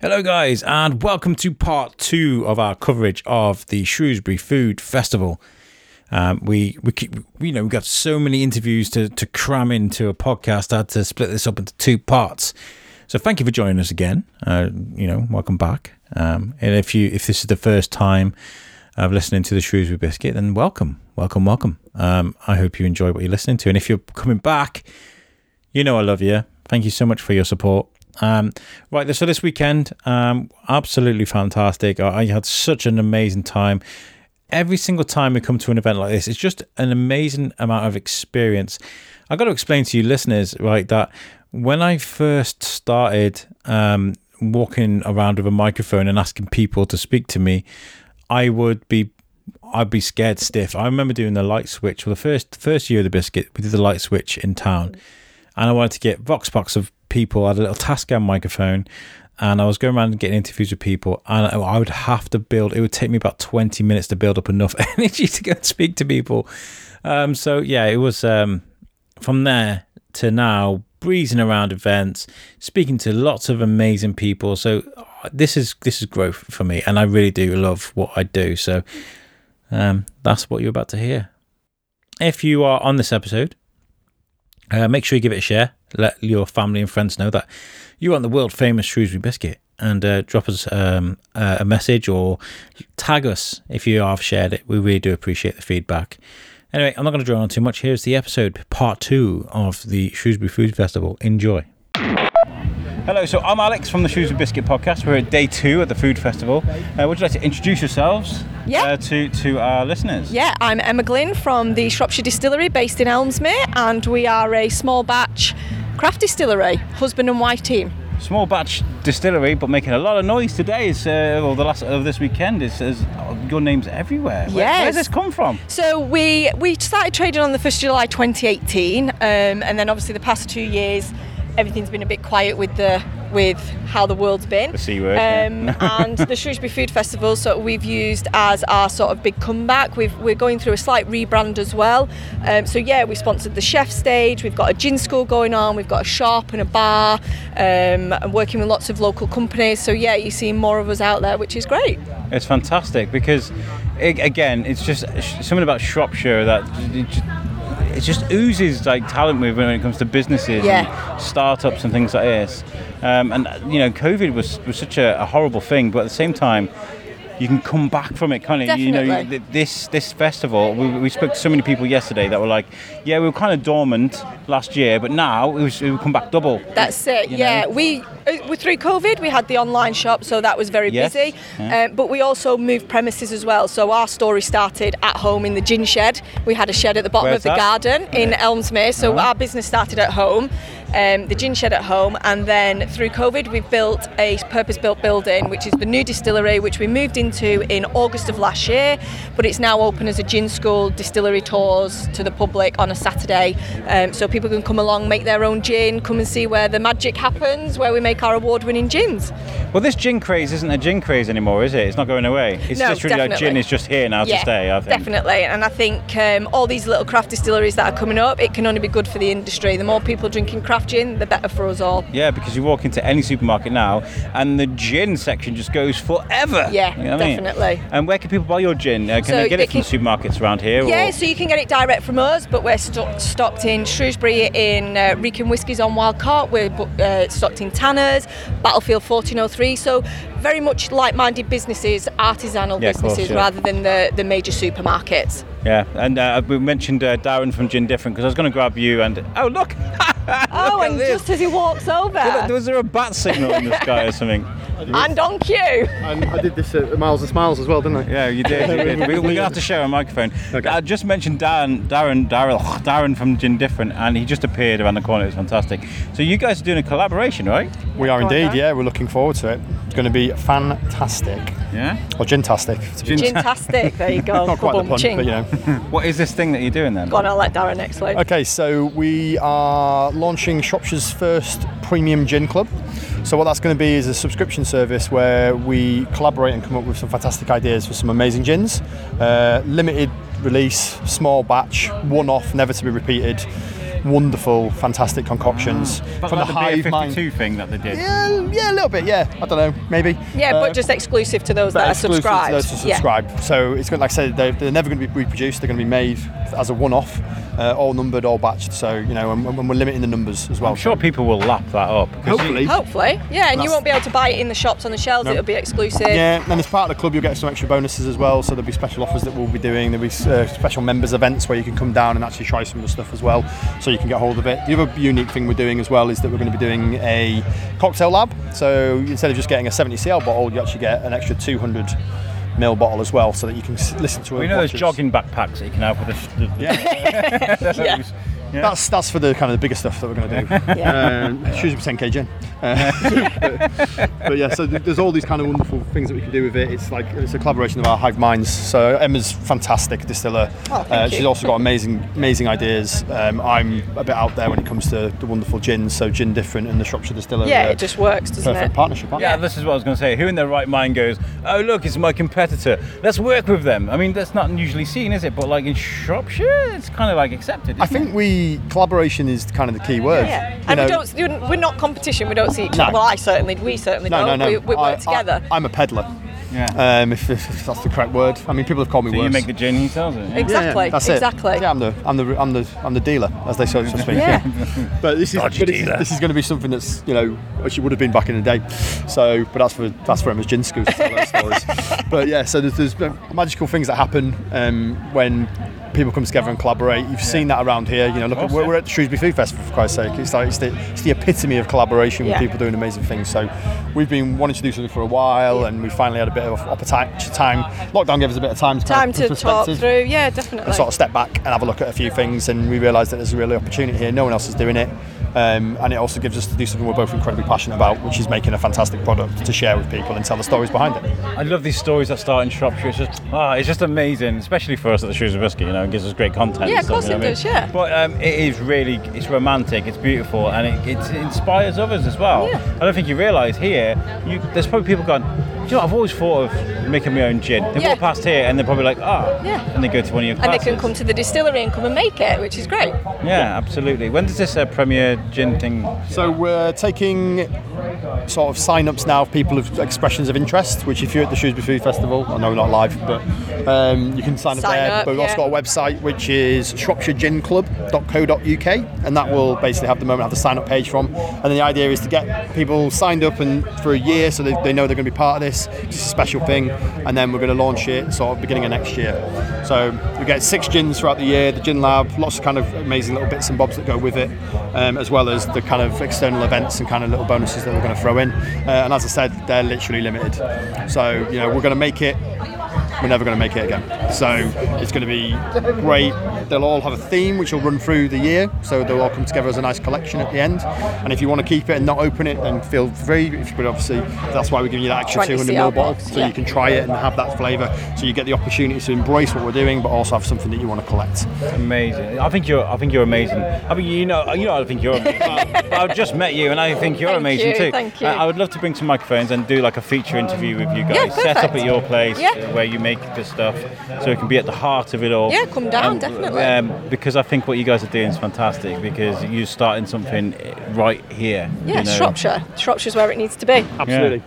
Hello, guys, and welcome to part two of our coverage of the Shrewsbury Food Festival. Um, we we keep, you know we got so many interviews to to cram into a podcast. I had to split this up into two parts. So thank you for joining us again. Uh, you know, welcome back. Um, and if you if this is the first time of listening to the Shrewsbury Biscuit, then welcome, welcome, welcome. Um, I hope you enjoy what you're listening to. And if you're coming back, you know I love you. Thank you so much for your support. Um, right, so this weekend, um, absolutely fantastic. I, I had such an amazing time. Every single time we come to an event like this, it's just an amazing amount of experience. I got to explain to you listeners, right, that when I first started um, walking around with a microphone and asking people to speak to me, I would be I'd be scared stiff. I remember doing the light switch. Well, the first first year of the biscuit, we did the light switch in town, and I wanted to get vox box of people. I had a little Tascam microphone, and I was going around and getting interviews with people. And I- I would have to build. It would take me about twenty minutes to build up enough energy to go and speak to people. Um, so yeah, it was um, from there to now breezing around events speaking to lots of amazing people so uh, this is this is growth for me and i really do love what i do so um, that's what you're about to hear if you are on this episode uh, make sure you give it a share let your family and friends know that you want the world famous shrewsbury biscuit and uh, drop us um, uh, a message or tag us if you have shared it we really do appreciate the feedback Anyway, I'm not going to draw on too much. Here's the episode, part two of the Shrewsbury Food Festival. Enjoy. Hello, so I'm Alex from the Shrewsbury Biscuit Podcast. We're at day two at the Food Festival. Uh, would you like to introduce yourselves Yeah. uh, to, to our listeners? Yeah, I'm Emma Glynn from the Shropshire Distillery based in Elmsmere, and we are a small batch craft distillery, husband and wife team. Small batch distillery, but making a lot of noise today, is, uh, or the last of this weekend, is, is oh, your name's everywhere. Where, where does Yes. this come from? So we we started trading on the 1st of July 2018, um, and then obviously the past two years, everything's been a bit quiet with the with how the world's been. The C word, yeah. and the Shrewsbury Food Festival, so we've used as our sort of big comeback. We've, we're going through a slight rebrand as well. Um, so yeah, we sponsored the chef stage. We've got a gin school going on. We've got a shop and a bar, um, and working with lots of local companies. So yeah, you see more of us out there, which is great. It's fantastic because, it, again, it's just sh- something about Shropshire that j- j- it just oozes like talent movement when it comes to businesses, Yeah. and startups, and things like this. Um, and you know, COVID was was such a, a horrible thing, but at the same time. You can come back from it, kind of. You know, Definitely. th- this this festival. We, we spoke to so many people yesterday that were like, "Yeah, we were kind of dormant last year, but now it was it would come back double." That's it. You yeah, know? we uh, we- through COVID we had the online shop, so that was very Yes, busy. yeah. Um, but we also moved premises as well. So our story started at home in the gin shed. We had a shed at the bottom Where's of the that? Uh-huh. garden in Elmsmere. So our business started at home, um, the gin shed at home, and then through COVID we've built a purpose-built building, which is the new distillery, which we moved into in August of last year. But it's now open as a gin school, distillery tours to the public on a Saturday, um, so people can come along, make their own gin, come and see where the magic happens, where we make our award-winning gins. Well, this gin craze isn't a gin craze anymore, is it? It's not going away. It's No, just really like gin definitely. is just here now to stay. I think. definitely. And I think um, all these little craft distilleries that are coming up, it can only be good for the industry. The more people drinking craft gin, the better for us all. Yeah, because you walk into any supermarket now, and the gin section just goes forever. Yeah, You know what I mean? definitely. And where can people buy your gin? Uh, can So they get they it from can- supermarkets around here? Yeah, or- so you can get it direct from us, but we're stock stocked in Shrewsbury in uh, Rican Whiskies on Wild Cart. We're bu- uh, stocked in Tanners, Battlefield 1403. So very much like-minded businesses, artisanal Yeah, of course, businesses, yeah. rather than the, the major supermarkets. yeah. And uh, we mentioned uh, Darren from Gin Different because I was going to grab you and oh look, Oh, at and this. just as he walks over, was there a bat signal in the sky or something? and on cue. And I did this at Miles and Smiles as well, didn't I? Yeah, you did. You did. We, we're gonna have to share a microphone. Okay. I just mentioned Darren, Darren, Darren, Darren from Gin Different, and he just appeared around the corner. It was fantastic. So you guys are doing a collaboration, right? We are Go on, indeed, Dan. yeah, we're looking forward to it. It's going to be fantastic. Yeah. Or gintastic. to be- Gintastic, there you go. Not quite the pun, Ka-boom, ching. but you know. What is this thing that you're doing then? Go on, I'll let Darren explain. Okay, so we are launching Shropshire's first premium gin club. So what that's going to be is a subscription service where we collaborate and come up with some fantastic ideas for some amazing gins. Uh, limited release, small batch, one off, never to be repeated. wonderful, fantastic concoctions Mm. But from like the Beer hive mind. 52 thing that they did. Yeah, yeah, a little bit. Yeah, I don't know, maybe. Yeah, Uh, but just exclusive to those that are exclusive to subscribed. those who Yeah. subscribe. So it's going, like I said, they're, they're never going to be reproduced. They're going to be made as a one-off, uh, all numbered, all batched. So you know, and, and we're limiting the numbers as well. I'm sure people will lap that up. 'cause you- Hopefully. Hopefully, yeah, and you That's- won't be able to buy it in the shops on the shelves. No. It'll be exclusive. Yeah, and as part of the club, you'll get some extra bonuses as well. So there'll be special offers that we'll be doing. There'll be uh, special members events where you can come down and actually try some of the stuff as well, so you can get hold of it. The other unique thing we're doing as well is that we're going to be doing a cocktail lab. So instead of just getting a 70 cl bottle, you actually get an extra 200 mil bottle as well, so that you can s- listen to. we and know watch those us. jogging backpacks that you can have with the, the, the Yeah. those. That's that's for the kind of the bigger stuff that we're going to do. um, Shrewsbury 10k gin. Uh, but, but yeah, so th- there's all these kind of wonderful things that we can do with it. It's like it's a collaboration of our hive minds. So Emma's fantastic distiller. Oh, thank uh, you. she's also got amazing amazing ideas. Um, I'm a bit out there when it comes to the wonderful gins. So gin different and the Shropshire distiller. Yeah, uh, it just works, doesn't perfect it? partnership. Aren't Yeah, they? this is what I was going to say. Who in their right mind goes, oh, look, it's my competitor. Let's work with them. I mean, that's not usually seen, is it? But like in Shropshire, it's kind of like accepted. I isn't it? think we collaboration is kind of the key word. Yeah. You And know, we don't, you don't- we're not competition, we don't see each No. other. Well, I certainly, we certainly No, no, don't. no. We, we work I- I- together. I'm a peddler. Yeah. Um, if, if if that's the correct word. I mean, people have called me so worse. you make the gin, he sells it. yeah? Exactly. that's exactly. It. Yeah, I'm the, I'm the, I'm the, I'm the dealer, as they so to speak. Yeah. But this is, Dodgy but it's- dealer. this is going to be something that's you know, which it would have been back in the day. So, but that's for that's for Emma's gin school to tell those stories. But yeah, so there's, there's magical things that happen um, when people come together and collaborate. You've seen that around here. You know, look, at, course, we're, yeah. we're at the Shrewsbury Food Festival for Christ's sake. It's like it's the, it's the epitome of collaboration Yeah. with people doing amazing things. So we've been wanting to do something for a while, and we finally had a bit of opportunity time. Lockdown gave us a bit of time to Time kind of to put talk perspective through. Yeah, definitely. and sort of step back and have a look at a few things and we realised that there's a real opportunity here no one else is doing it um, and it also gives us to do something we're both incredibly passionate about which is making a fantastic product to share with people and tell the stories behind it I love these stories that start in Shropshire. It's just, ah, it's just amazing, especially for us at the Shoes of Whiskey. You know, it gives us great content. Yeah, and of course stuff, you know it what I does, mean? But um, it is really, it's romantic, it's beautiful, and it, it inspires others as well. Yeah. I don't think you realise here, you, there's probably people going, do you know, what, I've always thought of making my own gin. They Yeah. walk past here and they're probably like, ah, Yeah. and they go to one of your and they classes. can come to the distillery and come and make it, which is great. Yeah, absolutely. When does this uh, premiere gin thing? so we're taking sort of sign-ups now of people of expressions of interest which if you're at the Shrewsbury Food Festival I know we're not live but um, you can sign up Sign there up, but we've also yeah. got a website which is shropshireginclub.co.uk and that will basically have the moment have the sign-up page from and then the idea is to get people signed up and for a year so they, they know they're going to be part of this it's a special thing and then we're going to launch it sort of beginning of next year so we get six gins throughout the year the gin lab lots of kind of amazing little bits and bobs that go with it um, as well as the kind of external events and kind of little bonuses that we're going to throw in uh, and as I said they're literally limited so you know we're going to make it we're never going to make it again. So it's going to be great. They'll all have a theme which will run through the year, so they'll all come together as a nice collection at the end. And if you want to keep it and not open it, then feel free. If- But obviously, that's why we're giving you that extra 20 200 CL ml bottle, box, so yeah. you can try it and have that flavour. So you get the opportunity to embrace what we're doing, but also have something that you want to collect. Amazing. I think you're. I think you're amazing. I mean, you know, you know, I think you're amazing. But I've just met you, and I think you're Thank amazing you, too. thank you. I, I would love to bring some microphones and do like a feature interview with you guys. Yeah, Set up at perfect. your place Yeah. uh, where you make the stuff, so it can be at the heart of it all. Yeah, come down, And, definitely. Um, because I think what you guys are doing is fantastic. Because you're starting something right here. Yeah, you know. Shropshire. Shropshire's where it needs to be. Yeah.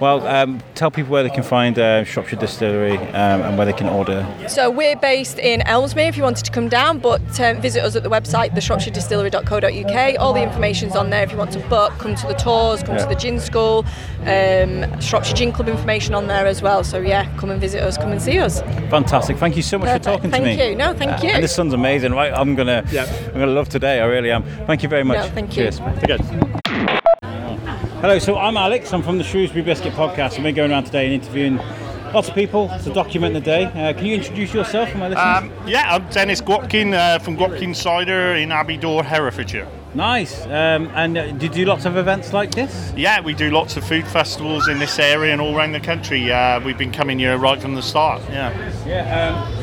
Well, um, tell people where they can find uh, Shropshire Distillery um, and where they can order So we're based in Ellesmere if you wanted to come down, but um, visit us at the website, theshropshiredistillery.co.uk. All the information's on there if you want to book, come to the tours, come Yeah. to the gin school. Um, Shropshire Gin Club information on there as well. So yeah, come and visit us, come and see us. Fantastic. Thank you so much Perfect. for talking to me. Uh, Thank you. No, thank you. And this sun's amazing, right? I'm gonna Yeah. I'm gonna love today, I really am. Thank you very much. No, thank you. Cheers. Hello, so I'm Alex, I'm from the Shrewsbury Biscuit Podcast and we're going around today and interviewing lots of people to document the day. Uh, can you introduce yourself and my listeners? Um, yeah, I'm Dennis Gwatkin uh, from Gwatkin Cider in Abbeydoor, Herefordshire. nice. Um, and uh, do you do lots of events like this? Yeah, we do lots of food festivals in this area and all around the country. Uh, we've been coming here right from the start. Yeah. Yeah. Um,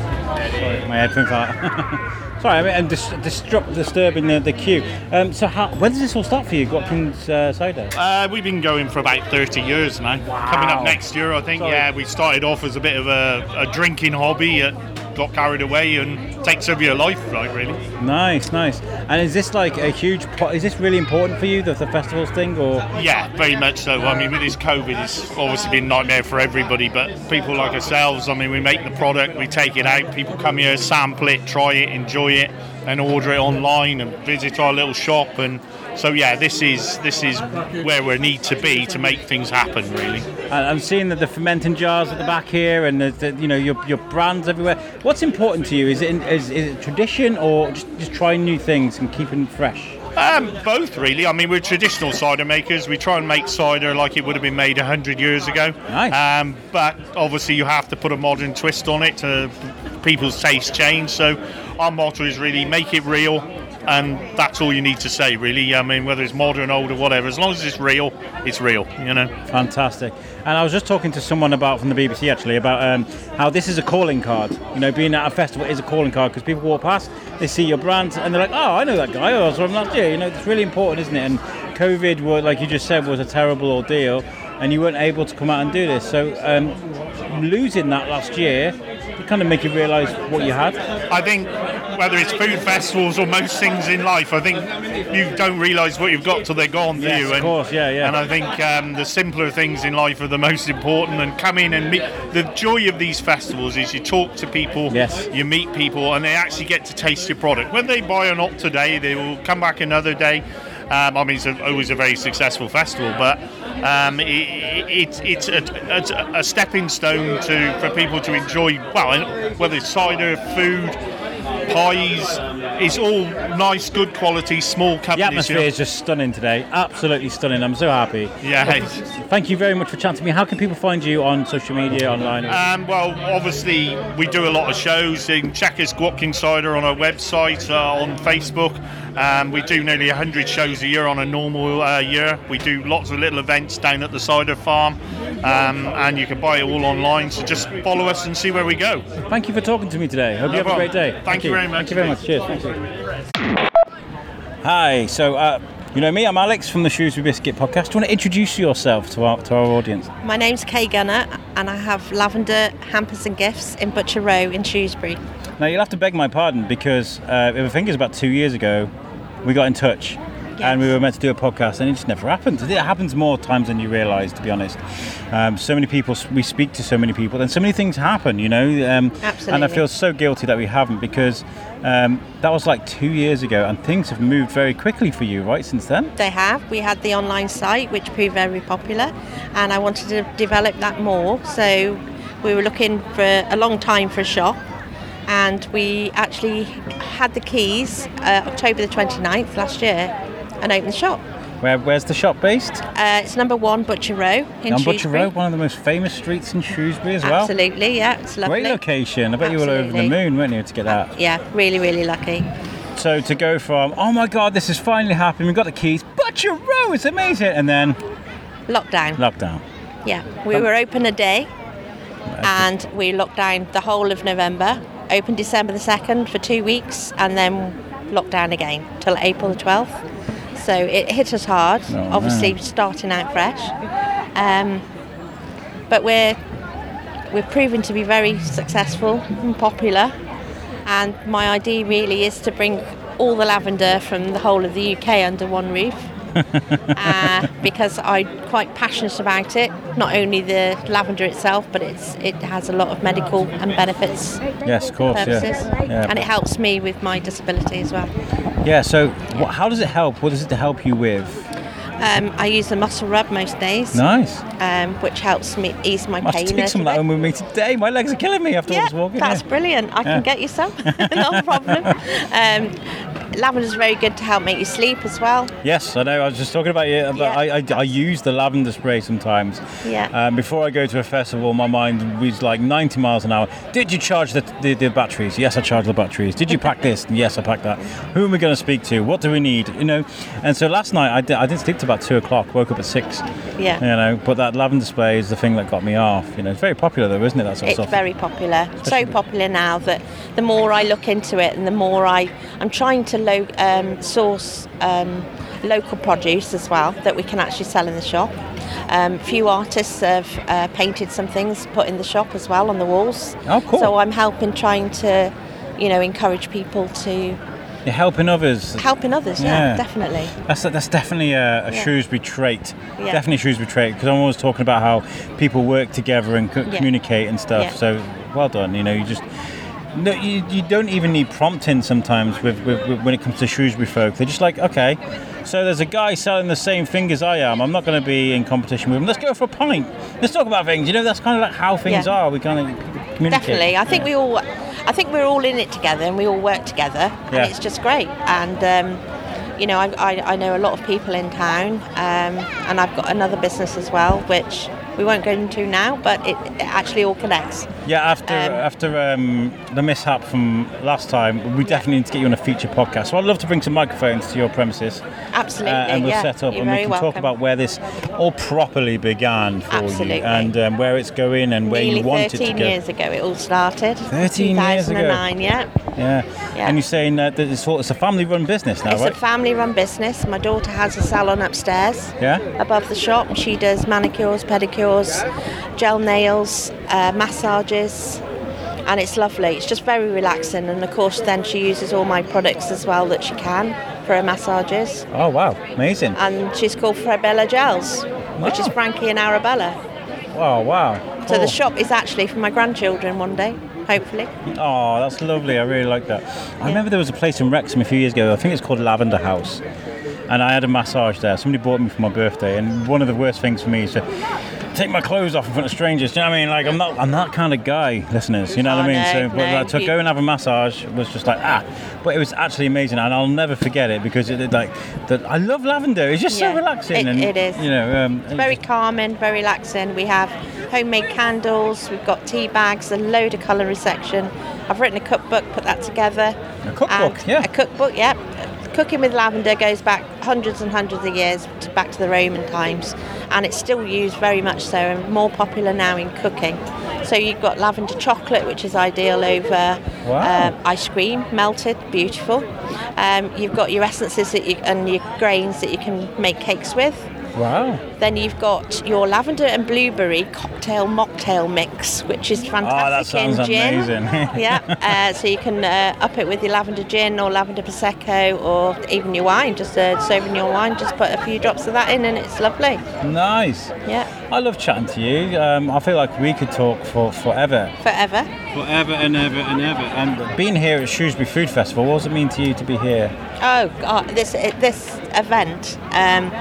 my headphones out. Sorry, I mean, I'm dis- disrupt- disturbing the, the queue. Um, so, how, when does this all start for you, Watkins uh, Cider? Uh, we've been going for about 30 years now. Coming up next year, I think. Sorry. Yeah, we started off as a bit of a, a drinking hobby at got carried away and takes over your life, like really. Nice, nice. And is this like a huge? Po- is this really important for you, the, the festivals thing, or Yeah, very much so. I mean, with this COVID, it's obviously been a nightmare for everybody, but people like ourselves, I mean, we make the product, we take it out, people come here, sample it, try it, enjoy it, and order it online and visit our little shop. And so, yeah, this is this is where we need to be to make things happen, really. I- I'm seeing that the fermenting jars at the back here, and the, the, you know your, your brands everywhere. What's important to you? Is it in, is, is it tradition or just, just trying new things and keeping fresh? Um, both, really. I mean, we're traditional cider makers. We try and make cider like it would have been made 100 years ago. Nice. Um, but obviously, you have to put a modern twist on it to people's taste change. So, our motto is really make it real, and that's all you need to say, really. I mean, whether it's modern, old, or whatever, as long as it's real, it's real, you know. Fantastic. And I was just talking to someone about from the BBC actually about um, how this is a calling card. You know, being at a festival is a calling card because people walk past, they see your brand, and they're like, "Oh, I know that guy. Oh, I saw him last year." You know, it's really important, isn't it? And COVID, were, like you just said, was a terrible ordeal, and you weren't able to come out and do this. So um, losing that last year, it kind of make you realise what you had. I think whether it's food festivals or most things in life, I think you don't realise what you've got till they're gone. do Yes, you? of course, yeah, yeah. And I think um, the simpler things in life are the most important. And come in and meet. The joy of these festivals is you talk to people, Yes. you meet people, and they actually get to taste your product. Whether they buy or not today, they will come back another day. Um, I mean, it's a, always a very successful festival, but um, i i- it's it's a, it's a- a stepping stone to for people to enjoy. Well, and whether it's cider, food, pies. It's all nice, good quality, small The companies. you atmosphere know. is just stunning today. Absolutely stunning. I'm so happy. Yeah. it's- Thank you very much for chatting to me. How can people find you on social media, online? Um, well, obviously, we do a lot of shows. You can check us, Watkin Cider, on our website, uh, on Facebook. Um, we do nearly 100 shows a year on a normal uh, year. We do lots of little events down at the cider farm, um, and you can buy it all online. So just follow us and see where we go. Thank you for talking to me today. Hope you have a problem. great day. Thank you very much. Thank you very much. Cheers. Thank you. Hi. So, uh, you know me. I'm Alex from the Shrewsbury Biscuit Podcast. Do you want to introduce yourself to our to our audience? My name's Kay Gunner and I have Lavender Hampers and Gifts in Butcher Row in Shrewsbury. Now, you'll have to beg my pardon because uh, I think it was about two years ago we got in touch and we were meant to do a podcast and it just never happened. It happens more times than you realise, to be honest. Um, so many people, we speak to so many people and so many things happen, you know. Um, And I Absolutely. feel so guilty that we haven't because um, that was like two years ago and things have moved very quickly for you, right, since then? They have. We had the online site which proved very popular and I wanted to develop that more. So we were looking for a long time for a shop and we actually had the keys uh, October the 29th last year and opened the shop. Where, where's the shop based? Uh, it's number one Butcher Row in on Butcher Shrewsbury. Road, one of the most famous streets in Shrewsbury as well. Absolutely, yeah, it's lovely. Great location. I bet you were over the Absolutely. moon, weren't you, to get that? Yeah, really, really lucky. So to go from, oh my god, this is finally happening, we've got the keys, Butcher Row, it's amazing, and then Lockdown. lockdown. Yeah, we were open a day and we locked down the whole of November, open December the 2nd for two weeks, and then locked down again till April the 12th. So it hit us hard, Oh, obviously man. starting out fresh. Um, but we're, we're proving to be very successful and popular. And my idea really is to bring all the lavender from the whole of the UK under one roof uh, because I'm quite passionate about it. Not only the lavender itself, but it's it has a lot of medical and benefits Yes, of course, yeah. purposes, yeah. and it helps me with my disability as well. yeah, so what, how does it help? What does it help you with? Um, I use the muscle rub most days, Nice. um, which helps me ease my I pain. should a take some of little that home bit. with me today. My legs are killing me after all Yeah, this walking. that's yeah. brilliant. I Yeah. can get you some, no problem. Um, lavender's very good to help make you sleep as well. Yes, I know. I was just talking about it. About Yeah. I, I, I use the lavender spray sometimes. Yeah. Um, before I go to a festival, my mind was like 90 miles an hour. Did you charge the, the, the batteries? Yes, I charged the batteries. Did you pack this? Yes, I packed that. Who am we going to speak to? What do we need? You know. And so last night I, did, I didn't sleep till about two o'clock. Woke up at six. Yeah. You know. But that lavender spray is the thing that got me off. You know. It's very popular though, isn't it? That sort It's of stuff. very popular, so popular now that the more I look into it and the more I, I'm trying to lo- um, source um, local produce as well that we can actually sell in the shop. Um, few artists have uh, painted some things, put in the shop as well on the walls. Oh, cool. So I'm helping, trying to, you know, encourage people to You're helping others. helping others. Yeah, Yeah. definitely. That's that's definitely a, a Yeah. Shrewsbury trait. Yeah. Definitely a Shrewsbury trait because I'm always talking about how people work together and co- Yeah. communicate and stuff. Yeah. So well done. You know, you just no, you, you don't even need prompting sometimes with, with, with when it comes to Shrewsbury folk. They're just like, okay, so there's a guy selling the same thing as I am. I'm not going to be in competition with him. Let's go for a pint. Let's talk about things. You know, that's kind of like how things Yeah. are. We kind of communicate. Definitely. I think Yeah. we all, I think we're all in it together and we all work together Yeah. and it's just great. And, um, you know, I, I, I know a lot of people in town um, and I've got another business as well, which we won't go into now, but it, it actually all connects. Yeah, after Um, after um, the mishap from last time, we definitely need to get you on a feature podcast. So I'd love to bring some microphones to your premises, Absolutely. Uh, and we'll yeah. set up You're and we very can welcome. talk about where this all properly began for Absolutely. you and um, where it's going and where Nearly you want it 13 to go. years ago it all started. 13 years ago. 2009, yeah. Yeah. Yeah. and you're saying that that it's, all- it's a family-run business now, It's right? a family run business. My daughter has a salon upstairs. Yeah. Above the shop, she does manicures, pedicures, gel nails, uh, massages, and it's lovely. It's just very relaxing. And of course, then she uses all my products as well that she can for her massages. oh wow, amazing! And she's called Frabella Gels, which is Wow. Frankie and Arabella. oh wow. So the Cool. shop is actually for my grandchildren one day, hopefully. Oh, that's lovely. I really like that. I remember there was a place in Wrexham a few years ago. I think it's called Lavender House. And I had a massage there. Somebody bought me for my birthday, and one of the worst things for me is to take my clothes off in front of strangers. Do you know what I mean? Like I'm not, I'm that kind of guy, listeners. You know what I Oh, mean? no, so, but no, like, to you- go and have a massage was just like ah. But it was actually amazing, and I'll never forget it because it, it like that. I love lavender. It's just Yeah. so relaxing. It- and, it is. You know, um, it's Very calming, very relaxing. We have homemade candles, we've got tea bags, a load of colour section. I've written a cookbook, put that together. A cookbook, And yeah. A cookbook, yep. Cooking with lavender goes back hundreds and hundreds of years to back to the Roman times, and it's still used very much so and more popular now in cooking. So you've got lavender chocolate, which is ideal over Wow. um, ice cream, melted, beautiful. Um, you've got your essences that you, and your grains that you can make cakes with. wow. Then you've got your lavender and blueberry cocktail mocktail mix, which is fantastic Ah, sounds in gin. amazing. yeah, uh, so you can uh, up it with your lavender gin or lavender prosecco or even your wine, just a Sauvignon wine. Just put a few drops of that in, and it's lovely. Nice. Yeah, I love chatting to you. Um, I feel like we could talk for forever. forever. Forever and ever and ever. And being here at Shrewsbury Food Festival, what does it mean to you to be here? Oh God, this this event um,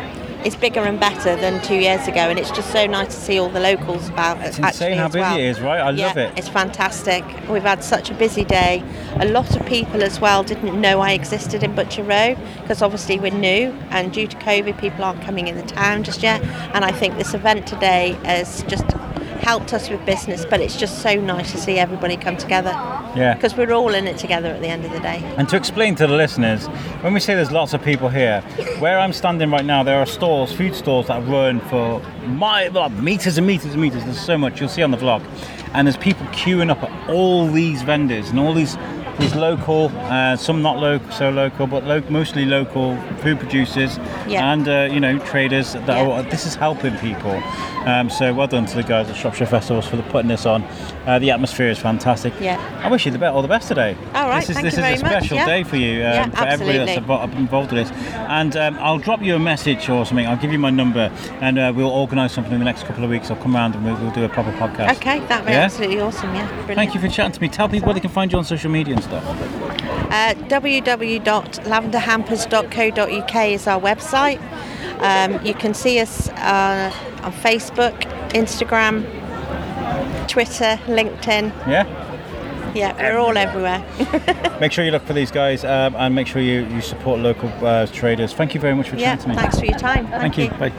is bigger and better than two years ago, and it's just so nice to see all the locals about. It's actually insane how as busy well. it is, right? I Yeah, love it. It's fantastic. We've had such a busy day. A lot of people as well didn't know I existed in Butcher Row because obviously we're new, and due to COVID, people aren't coming in the town just yet. And I think this event today has just helped us with business, but it's just so nice to see everybody come together. Yeah. Because we're all in it together at the end of the day. And to explain to the listeners, when we say there's lots of people here, where I'm standing right now, there are stores, food stores that run for my well, meters and meters and meters. There's so much you'll see on the vlog, and there's people queuing up at all these vendors and all these these local, uh, some not local, so local, but lo- mostly local food producers Yeah. and uh, you know traders. That Yeah. are, this is helping people. Um, so well done to the guys at Shropshire Festivals for the, putting this on. Uh, the atmosphere is fantastic. Yeah. I wish you the be- all the best today. All right, This is, thank this is you very a much, special yeah. day for you, um, Yeah, for everybody that's absolutely. invo- involved with this. And um, I'll drop you a message or something. I'll give you my number, and uh, we'll organise something in the next couple of weeks. I'll come around and we'll, we'll do a proper podcast. Okay, that'd be Yeah? absolutely awesome. Yeah, brilliant. Thank you for chatting to me. Tell people where they can find you on social media and stuff. Uh, www.lavenderhampers.co.uk is our website. Um, you can see us uh, on Facebook, Instagram, Twitter, LinkedIn. Yeah. Yeah, we're all everywhere. Make sure you look for these guys, um, and make sure you, you support local uh, traders. Thank you very much for yeah, chatting to me. thanks for your time. Thank, you. Bye.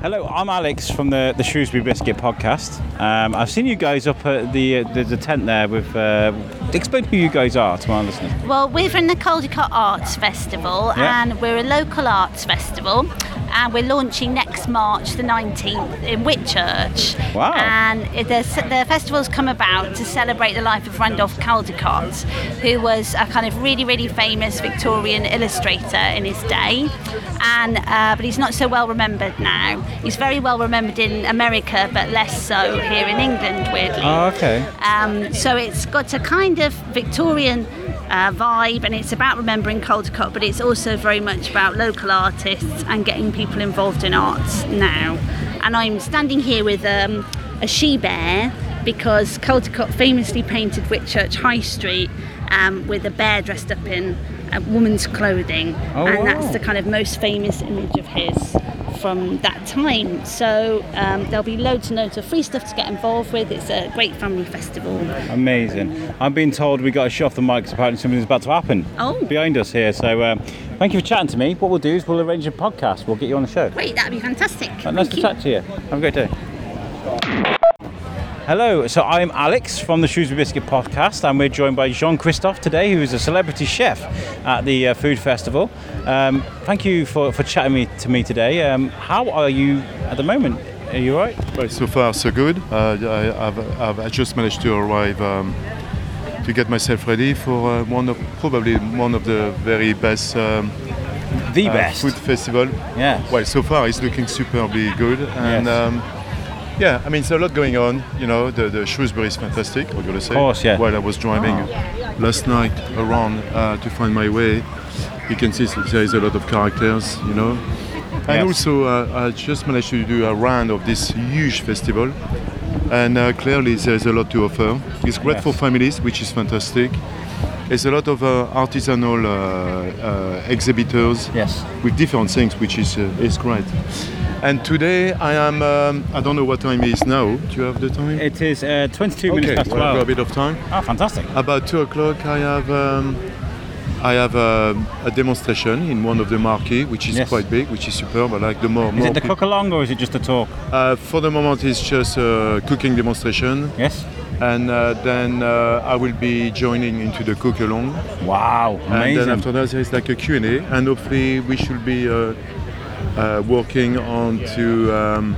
Hello, I'm Alex from the, the Shrewsbury Biscuit podcast. Um, I've seen you guys up at the uh, the, the tent there with. Uh, explain who you guys are to my listeners. Well, we're in the Caldecott Arts Festival Yeah. and we're a local arts festival. and we're launching next March the 19th in Whitchurch. Wow. And it- the, the festival's come about to celebrate the life of Randolph Caldecott, who was a kind of really, really famous Victorian illustrator in his day. And uh, But he's not so well remembered now. He's very well remembered in America, but less so here in England, weirdly. Oh, okay. Um, so it's got a kind of Victorian uh, vibe, and it's about remembering Caldecott, but it's also very much about local artists and getting people involved in arts now. And I'm standing here with um, a she bear because Caldecott famously painted Whitchurch High Street um, with a bear dressed up in uh, woman's clothing, Oh, and wow. that's the kind of most famous image of his from that time. So um, there'll be loads and loads of free stuff to get involved with. It's a great family festival. Amazing. I'm being told we got to shut off the mic 'cause apparently something's about to happen Oh. behind us here. So um, thank you for chatting to me. What we'll do is we'll arrange a podcast. We'll get you on the show. Great, that'd be fantastic. Uh, nice Thank to you. chat to you. Have a great day. Hello, so I'm Alex from the Shrewsbury Biscuit podcast, and we're joined by Jean Christophe today, who is a celebrity chef at the uh, food festival. Um, thank you for, for chatting me, to me today. Um, how are you at the moment? Are you all right? Well, so far, so good. Uh, I, I've, I've I just managed to arrive um, to get myself ready for uh, one of probably one of the very best, um, The uh, best. food festival. Yeah. Well, so far it's looking superbly good, and Yes. um, yeah, I mean, there's a lot going on. You know, the, the Shrewsbury is fantastic. We're gonna say. Of course, yeah. While I was driving last night around uh, to find my way, you can see there is a lot of characters. You know, and Yes. also, uh, I just managed to do a round of this huge festival, and uh, clearly there's a lot to offer. It's great for Yes. families, which is fantastic. There's a lot of uh, artisanal uh, uh, exhibitors Yes. with different things, which is uh, is great. And today I am. Um, I don't know what time it is now. Do you have the time? It is uh, 22 minutes okay, past well, I've got a 12. bit of time. Oh, fantastic. About two o'clock, I have um, I have um, a demonstration in one of the marquee, which is Yes. quite big, which is superb. I like the more. Is more it the people- cook along or is it just a talk? uh, for the moment, it's just a cooking demonstration, Yes. and uh, then uh, I will be joining into the cook along. Wow, And amazing. then after that, there is like a Q&A, and hopefully we should be uh, uh, working on to um,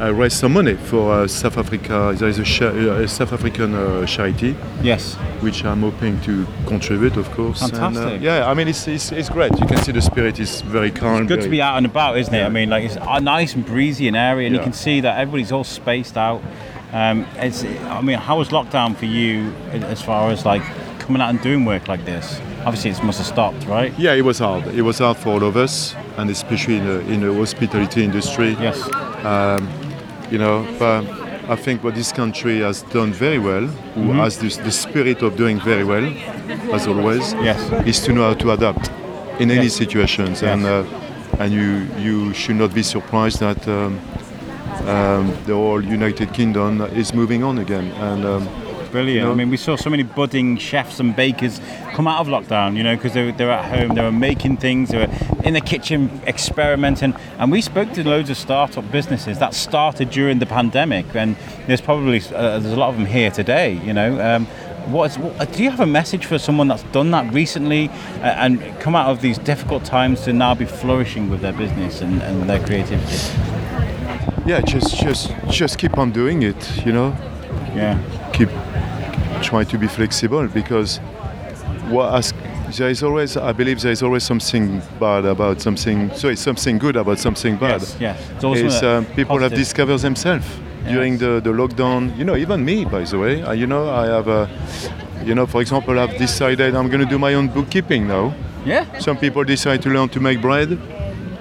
uh, raise some money for uh, South Africa. There is a, cha- uh, a South African uh, charity, yes. which I'm hoping to contribute, of course. And, uh, Fantastic. yeah, I mean, it's, it's, it's great. You can see the spirit is very calm. Good to very- be out and about, isn't it? Yeah. I mean, like it's uh, nice and breezy an area, and you Yeah. can see that everybody's all spaced out. Um, it's, I mean, how was lockdown for you in- as far as like coming out and doing work like this? Obviously, it must have stopped, right? Yeah, it was hard. It was hard for all of us, and especially in the, in the hospitality industry. Um, Yes. You know, but I think what this country has done very well, who Mm-hmm. has this, the spirit of doing very well, as always, Yes. is to know how to adapt in any Yes. situations, and uh, and you you should not be surprised that. Um, um, the whole United Kingdom is moving on again, and um, Brilliant. No. I mean, we saw so many budding chefs and bakers come out of lockdown, you know, because they, were- they were at home, they were making things, they were in the kitchen experimenting. And we spoke to loads of startup businesses that started during the pandemic, and there's probably uh, there's a lot of them here today, you know. Um, what is, what, do you have a message for someone that's done that recently uh, and come out of these difficult times to now be flourishing with their business and, and their creativity? yeah, just just just keep on doing it, you know. Yeah. keep trying to be flexible because what as, there is always I believe there is always something bad about something sorry something good about something bad. Yes, yes. It's also Is, a um, people have positive. discovered themselves during the, the lockdown. You know, even me by the way. I, you know, I have uh you know, for example, I've decided I'm going to do my own bookkeeping now. Yeah. Some people decide to learn to make bread.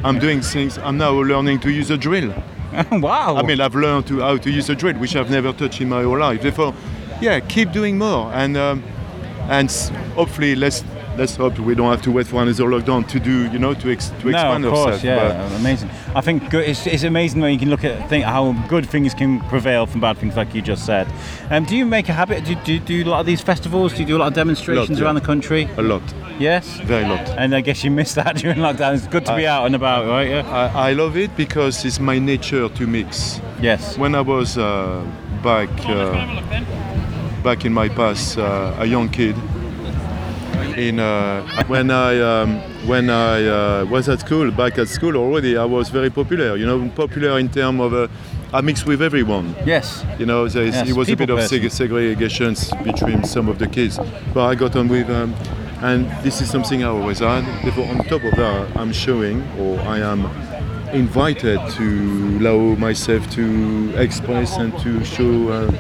I'm doing things. I'm now learning to use a drill. wow. I mean, I've learned to, how to use a drill, which I've never touched in my whole life. Therefore, yeah, keep doing more, and um, and s- hopefully, let's let's hope we don't have to wait for another lockdown to do, you know, to ex, to expand no, of course, ourselves. yeah, amazing. I think good, it's, it's amazing when you can look at think how good things can prevail from bad things, like you just said. Um, do you make a habit? Do, do, do you do a lot of these festivals? Do you do a lot of demonstrations yeah. around the country? But a lot, Yes. very lot. And I guess you missed that during lockdown. It's good to be out and about, right? Yeah. I, I love it because it's my nature to mix. Yes. When I was uh, back uh, back in my past, uh, a young kid, in uh, when I um, when I uh, was at school, back at school already, I was very popular. You know, popular in terms of uh, I mix with everyone. Yes. You know, there is, Yes, it was a people bit of person. seg- segregation between some of the kids, but I got on with. Um, and this is something I always had. Therefore, on top of that, I'm showing or I am invited to allow myself to express and to show, uh,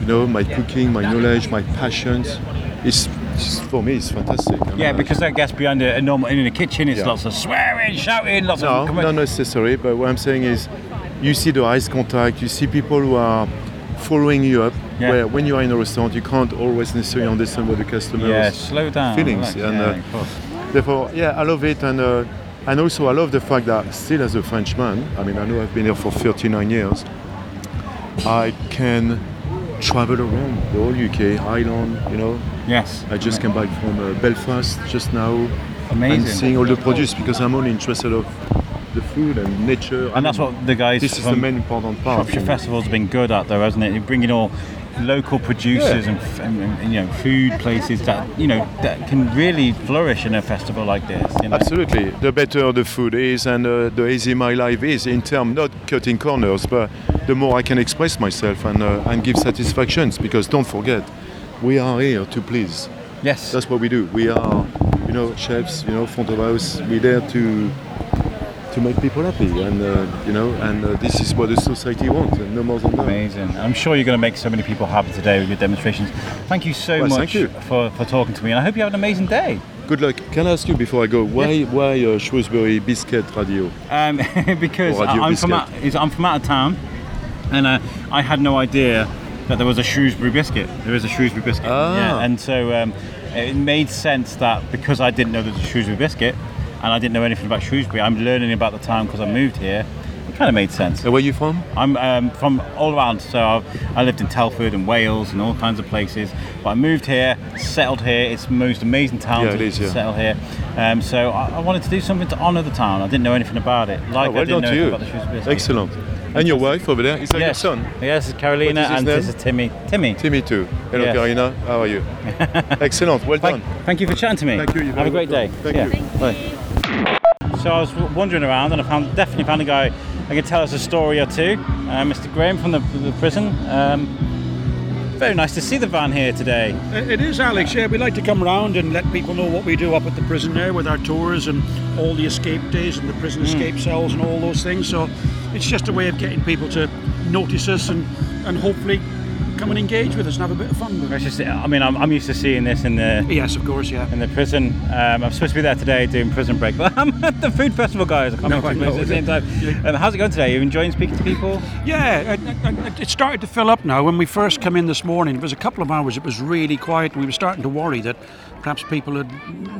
you know, my cooking, my knowledge, my passions. It's it's- for me, it's fantastic. I mean, Yeah, I- because I guess behind a, a normal in a kitchen, it's Yeah. lots of swearing, shouting, lots No, of not necessary. But what I'm saying is, you see the eyes contact. You see people who are following you up. Yeah. Where when you are in a restaurant, you can't always necessarily understand what the customer Yeah, is slow down. feelings. relax, and yeah, uh, of course. therefore, yeah, I love it. And uh, and also, I love the fact that still as a Frenchman, I mean, I know I've been here for 39 years. I can travel around the whole UK, Ireland, you know. yes, I just came back from uh, Belfast just now amazing. and seeing all the produce because I'm only interested of the food and nature. And that's what the guys This is the from main important part. Shropshire Festival's been good at, though, hasn't it? You're bringing all local producers and f- and, and, you know food places that you know that can really flourish in a festival like this. You know? Absolutely. The better the food is and uh, the easier my life is in terms not cutting corners, but the more I can express myself and, uh, and give satisfactions because don't forget, we are here to please. Yes. That's what we do. We are, you know, chefs, you know, front of house. We're there to to make people happy and, uh, you know, and uh, this is what the society wants and no more than that. Amazing. I'm sure you're going to make so many people happy today with your demonstrations. Thank you so Well, much thank you. For, for talking to me, and I hope you have an amazing day. Good luck. Can I ask you before I go, why why uh, Shrewsbury Biscuit Radio? Um, because Or I- Radio I'm from, out, Biscuit. is- I'm from out of town, and uh, I had no idea that there was a Shrewsbury biscuit. There is a Shrewsbury biscuit. Ah. Yeah, and so um, it made sense that because I didn't know there was a Shrewsbury biscuit, and I didn't know anything about Shrewsbury, I'm learning about the town because I moved here. It kind of made sense. Uh, Where are you from? I'm um, from all around, so I've, I lived in Telford and Wales and all kinds of places. But I moved here, settled here. It's the most amazing town Yeah, to it is, yeah. settle here. Um, so I, I wanted to do something to honour the town. I didn't know anything about it. Like Oh, well I didn't done know to anything you. about the Shrewsbury Biscuit. Excellent. And your wife over there? Is that Yes. your son? Yes, it's Carolina What is his and name? this is Timmy. Timmy. Timmy too. Hello, Yes. Karina. How are you? Excellent. Well Thank, done. thank you for chatting to me. Thank you, you're Have a very great welcome. day. Thank you. Bye. So I was w- wandering around and I found definitely found a guy that could tell us a story or two. Uh, Mr. Graham from the, the prison. Um, very nice to see the van here today. It is, Alex. Yeah, we like to come round and let people know what we do up at the prison there with our tours and all the escape days and the prison escape cells and all those things. So it's just a way of getting people to notice us and, and hopefully come and engage with us and have a bit of fun with It's us. just, I mean, I'm, I'm used to seeing this in the Yes, of course, yeah. in the prison. Um, I'm supposed to be there today doing prison break, but I'm at the food festival, guys. I can't remember if it's at the same time. Um, how's it going today? Are you enjoying speaking to people? Yeah, it- it- it- it started to fill up now. When we first come in this morning, it was a couple of hours. It was really quiet, and we were starting to worry that perhaps people had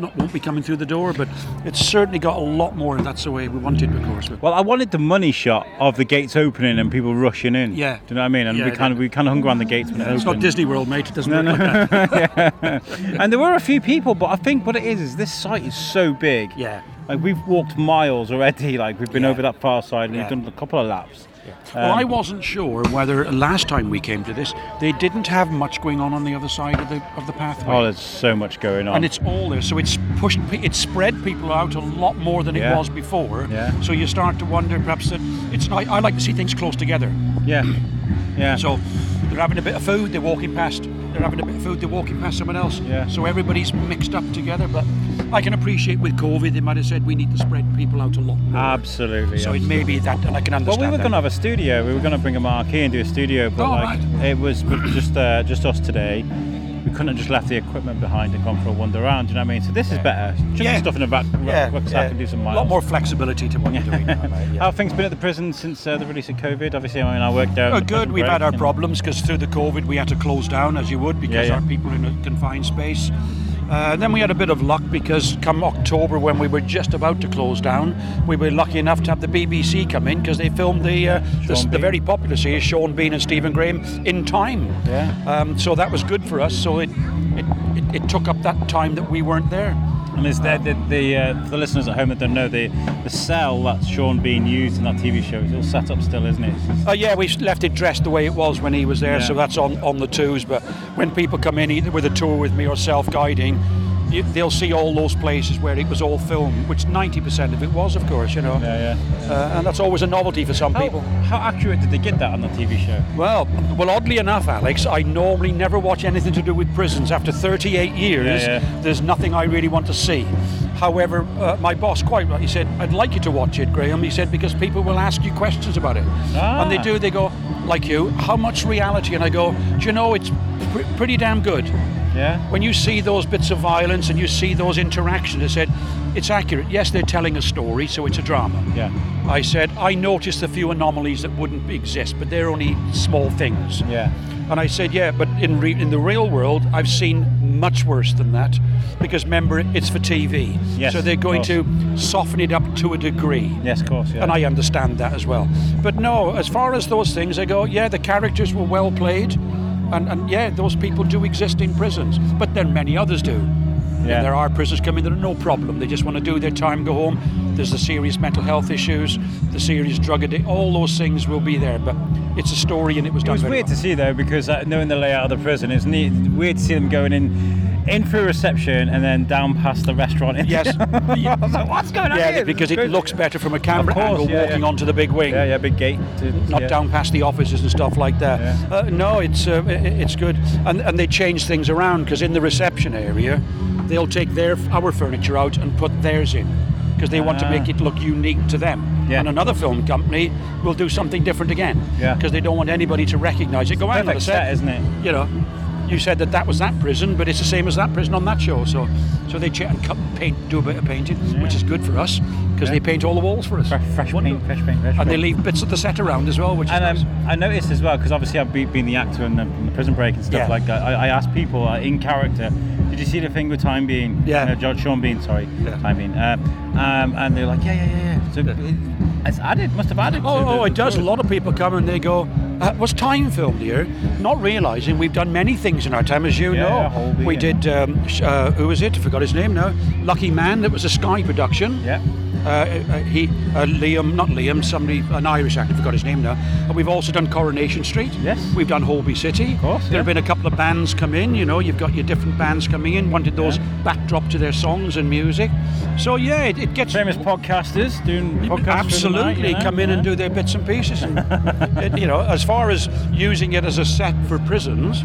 not won't be coming through the door. But it's certainly got a lot more, and that's the way we wanted, of course. Well, I wanted the money shot of the gates opening and people rushing in. Yeah. Do you know what I mean? And Yeah, we kind of we kind of hung around the gates when it opened. It's not Disney World, mate. It doesn't work like that. and there were a few people, but I think what it is is this site is so big. Yeah. Like we've walked miles already. Like we've been Yeah. over that far side and Yeah. we've done a couple of laps. well, Um, I wasn't sure whether last time we came to this they didn't have much going on on the other side of the of the pathway. Oh, there's so much going on. and it's all there, so it's pushed, pe- it's spread people out a lot more than Yeah. it was before. Yeah. So you start to wonder, perhaps that it's. I, I like to see things close together. yeah. Yeah. So they're having a bit of food, they're walking past. They're having a bit of food, they're walking past someone else. Yeah. So everybody's mixed up together. But I can appreciate with COVID, they might have said we need to spread people out a lot more. Absolutely. So it may be that, and I can understand. Well, we were that. going to have a studio. We were going to bring a marquee and do a studio, but Oh, like right. it was just uh, just us today. We couldn't have just left the equipment behind and gone for a wander around. Do you know what I mean? So this is better. Just the Yeah. stuff in a back yeah, rucksack yeah. and do some miles. A lot more flexibility to what you're doing now, mate, yeah. How have things been at the prison since uh, the release of COVID? Obviously, I mean, I worked there. Oh, at the good. prison We've break had our and- problems because through the COVID we had to close down as you would because yeah. our people are in a confined space. Uh, then we had a bit of luck because come October when we were just about to close down, we were lucky enough to have the BBC come in because they filmed the uh, the, Sean the Bean. very popular series Sean Bean and Stephen Graham in time. Yeah. Um, so that was good for us. So it it, it it took up that time that we weren't there. And is there the, the uh, for the listeners at home that don't know the the cell that Sean Bean used in that TV show is all set up still, isn't it? It's- Uh, yeah, we s- left it dressed the way it was when he was there, Yeah. so that's on, on the twos. But when people come in, either with a tour with me or self guiding, you, they'll see all those places where it was all filmed, which 90% of it was, of course, you know. Yeah, yeah. Uh, and that's always a novelty for some How, people. how accurate did they get that on the TV show? Well, well, oddly enough, Alex, I normally never watch anything to do with prisons. After 38 years, Yeah, yeah. there's nothing I really want to see. However, uh, my boss quite right. He said, "I'd like you to watch it, Graham." He said because people will ask you questions about it, and they Ah. do. They go, like you, how much reality? And I go, do you know, it's pr- pretty damn good Yeah. when you see those bits of violence and you see those interactions, I said, it's accurate. Yes, they're telling a story, so it's a drama. Yeah. I said, I noticed a few anomalies that wouldn't exist, but they're only small things. Yeah. And I said, yeah, but in, re- in the real world, I've seen much worse than that because remember, it's for TV. Yes, so they're of going course. to soften it up to a degree Yes, of course. Yeah. and I understand that as well. But no, as far as those things, I go, yeah, the characters were well played, and, and yeah, those people do exist in prisons, but then many others do. Yeah. And there are prisoners coming that are no problem. They just want to do their time, go home. There's the serious mental health issues, the serious drug addiction, all those things will be there. But it's a story, and it was It done. was very weird well. to see though because uh, knowing the layout of the prison, it's neat, weird to see them going in, in through reception and then down past the restaurant. Yes. I was like, what's going on yeah, here? because This it is looks crazy. better from a camera course, angle yeah, walking yeah. onto the big wing. Yeah, yeah, big gate. To, not yeah. down past the offices and stuff like that. Yeah. Uh, no, it's uh, i- i- it's good, and and they change things around because in the reception area, they'll take their our furniture out and put theirs in because they want to Ah. make it look unique to them. Yeah. And another film company will do something different again Yeah. because they don't want anybody to recognise it. Go out on the Perfect set, set, isn't it? You know. You said that that was that prison, but it's the same as that prison on that show. So, so they ch- and cut, paint, do a bit of painting, which is good for us because Yeah. they paint all the walls for us, Fresh, fresh paint, fresh paint, fresh paint. and they leave bits of the set around as well, which is And nice. um, I noticed as well because obviously I've be- been the actor in the, in the prison break and stuff Yeah. like that. I, I asked people uh, in character, did you see the thing with Time Bean? Yeah. Uh, John, Sean Bean, sorry, Yeah. Time Bean. Uh, um, and they're like, yeah, yeah, yeah, yeah. So it- it's added, must have added. to the- Oh, oh, it the does. A story. lot of people come and they go, uh, "Was time filmed here?" Not realizing we've done many things in our time, as you Yeah, know. yeah, Holby we and- did. Um, sh- uh, who was it? I forgot his name now. Lucky Man. That was a Sky production. Yeah. Uh, uh, he, uh, Liam, not Liam, somebody, an Irish actor, forgot his name now. And we've also done Coronation Street. Yes. We've done Holby City. Of course, There have yeah. been a couple of bands come in, you know, you've got your different bands coming in, wanted those Yeah. backdrop to their songs and music. So, yeah, it, it gets famous podcasters doing podcasts. Absolutely, come in and do their bits and pieces. And, it- you know, as far as using it as a set for prisons,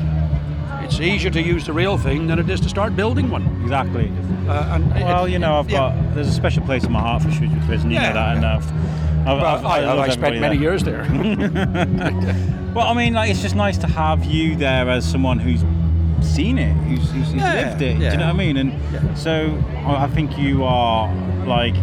it's easier to use the real thing than it is to start building one. exactly. Uh, and it- Well, you know, I've yeah. got there's a special place in my heart for Shrewsbury Prison. You Yeah. know that, and I've, I've, Well, I've- I, I, love spent everybody many there. years there. Well, I mean, like it's just nice to have you there as someone who's seen it, who's, who's, who's Yeah, lived it. Do yeah. you know what I mean? And so I I think you are like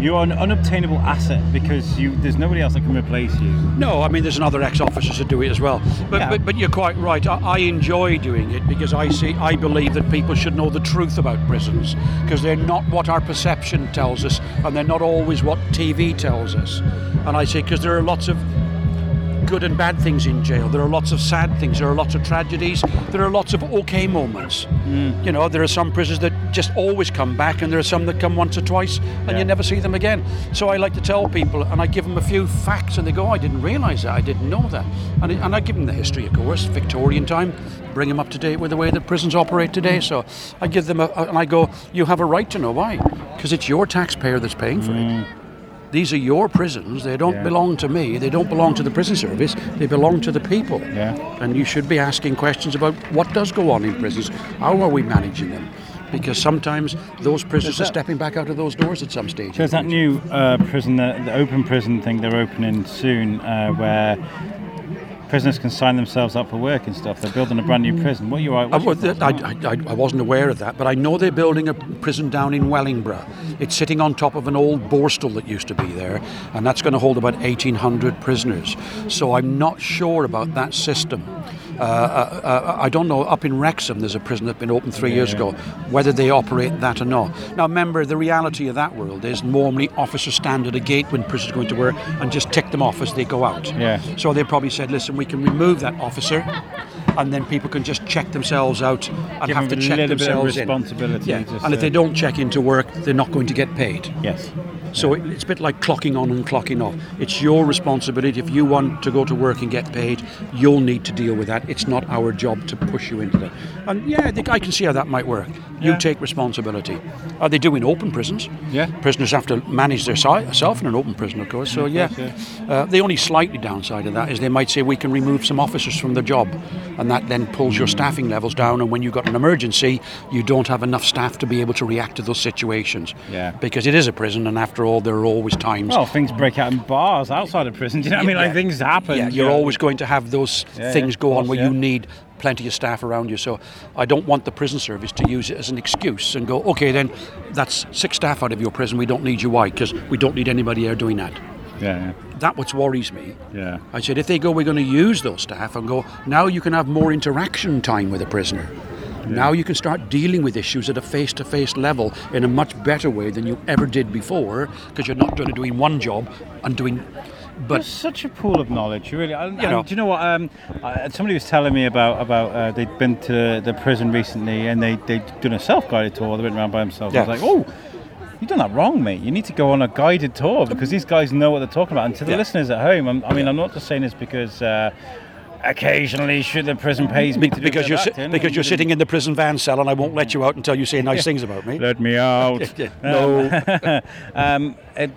you're an unobtainable asset because you there's nobody else that can replace you. No, I mean, there's another ex-officers that do it as well. But, Yeah. but, but you're quite right. I, I enjoy doing it because I see, I believe that people should know the truth about prisons because they're not what our perception tells us, and they're not always what TV tells us. And I say because there are lots of good and bad things in jail. There are lots of sad things. There are lots of tragedies. There are lots of okay moments. You know, there are some prisoners that just always come back, and there are some that come once or twice, and Yeah. you never see them again. So I like to tell people, and I give them a few facts, and they go, "Oh, "I didn't realise that. I didn't know that." And, it- and I give them the history, of course, Victorian time, bring them up to date with the way that prisons operate today. So I give them, a, a- and I go, "You have a right to know why, because it's your taxpayer that's paying for it." These are your prisons. They don't Yeah. belong to me. They don't belong to the prison service. They belong to the people. Yeah. And you should be asking questions about what does go on in prisons. How are we managing them? Because sometimes those prisoners are stepping back out of those doors at some stage. So it's that new uh, prison, the, the open prison thing they're opening soon, uh, where prisoners can sign themselves up for work and stuff. They're building a brand new prison. What are you? I, What's your thoughts on that? I- I- I wasn't aware of that, but I know they're building a prison down in Wellingborough. It's sitting on top of an old borstal that used to be there, and that's going to hold about 1,800 prisoners. So I'm not sure about that system. Uh, uh, uh, I don't know. Up in Wrexham, there's a prison that's been opened three years ago. Whether they operate that or not. Now, remember, the reality of that world is normally officers stand at a gate when prisoners go into work and just tick them off as they go out. Yeah. So they probably said, listen, we can remove that officer, and then people can just check themselves out and Give have to them a check little bit of themselves in. responsibility, Yeah. just, and if uh, they don't check into work, they're not going to get paid. Yes. So it, it's a bit like clocking on and clocking off. It's your responsibility. If you want to go to work and get paid, you'll need to deal with that. It's not our job to push you into that. And yeah, I think I can see how that might work. You take responsibility. Are they doing open prisons? Yeah. Prisoners have to manage their si- self in an open prison, of course. So yeah. Uh, the only slightly downside of that is they might say we can remove some officers from the job, and that then pulls your staffing levels down. And when you've got an emergency, you don't have enough staff to be able to react to those situations. Yeah. Because it is a prison, and after all, there are always times. Well, Oh, things break out in bars outside of prison. Do you know what I mean? Like Yeah. things happen. Yeah, you're always going to have those Yeah, things yeah, go of on course, where you yeah. need plenty of staff around you. So I don't want the prison service to use it as an excuse and go, okay, then that's six staff out of your prison. We don't need you. Why? Because we don't need anybody there doing that. Yeah, That what worries me. yeah, I said, if they go, we're going to use those staff and go, now you can have more interaction time with a prisoner. Now you can start dealing with issues at a face to face level in a much better way than you ever did before because you're not doing, doing one job and doing. But But such a pool of knowledge, really. And, and know. do you know what? Um, uh, somebody was telling me about about uh, they'd been to the prison recently and they they done a self guided tour. They went around by themselves. I Yeah. was like, oh. You've done that wrong, mate. You need to go on a guided tour because these guys know what they're talking about. And to the Yeah. listeners at home, I'm, I mean, I'm not just saying this because uh, occasionally, should the prison pays me to do a because bit you're, of si- acting, because you're and- sitting in the prison van cell and I won't let you out until you say nice things about me. Let me out. Yeah, no. um, it,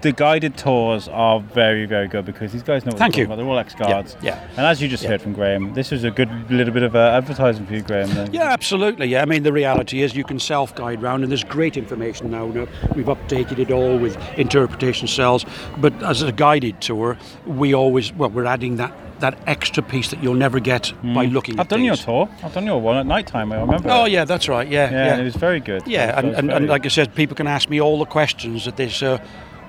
the guided tours are very, very good because these guys know what Thank they're you. talking about. They're all ex-guards. Yeah, yeah. And as you just heard from Graham, this was a good little bit of uh, advertising for you, Graham. Then. Yeah, absolutely. Yeah, I mean the reality is you can self-guide round, and there's great information now. Now, We've updated it all with interpretation cells, but as a guided tour, we always well we're adding that that extra piece that you'll never get by looking. Hmm. I've at done your things. tour. I've done your one at night time. I remember. Oh it. yeah, that's right. Yeah, Yeah, yeah. and it was very good. Yeah, So and, it's and, very- and like I said, people can ask me all the questions that they say,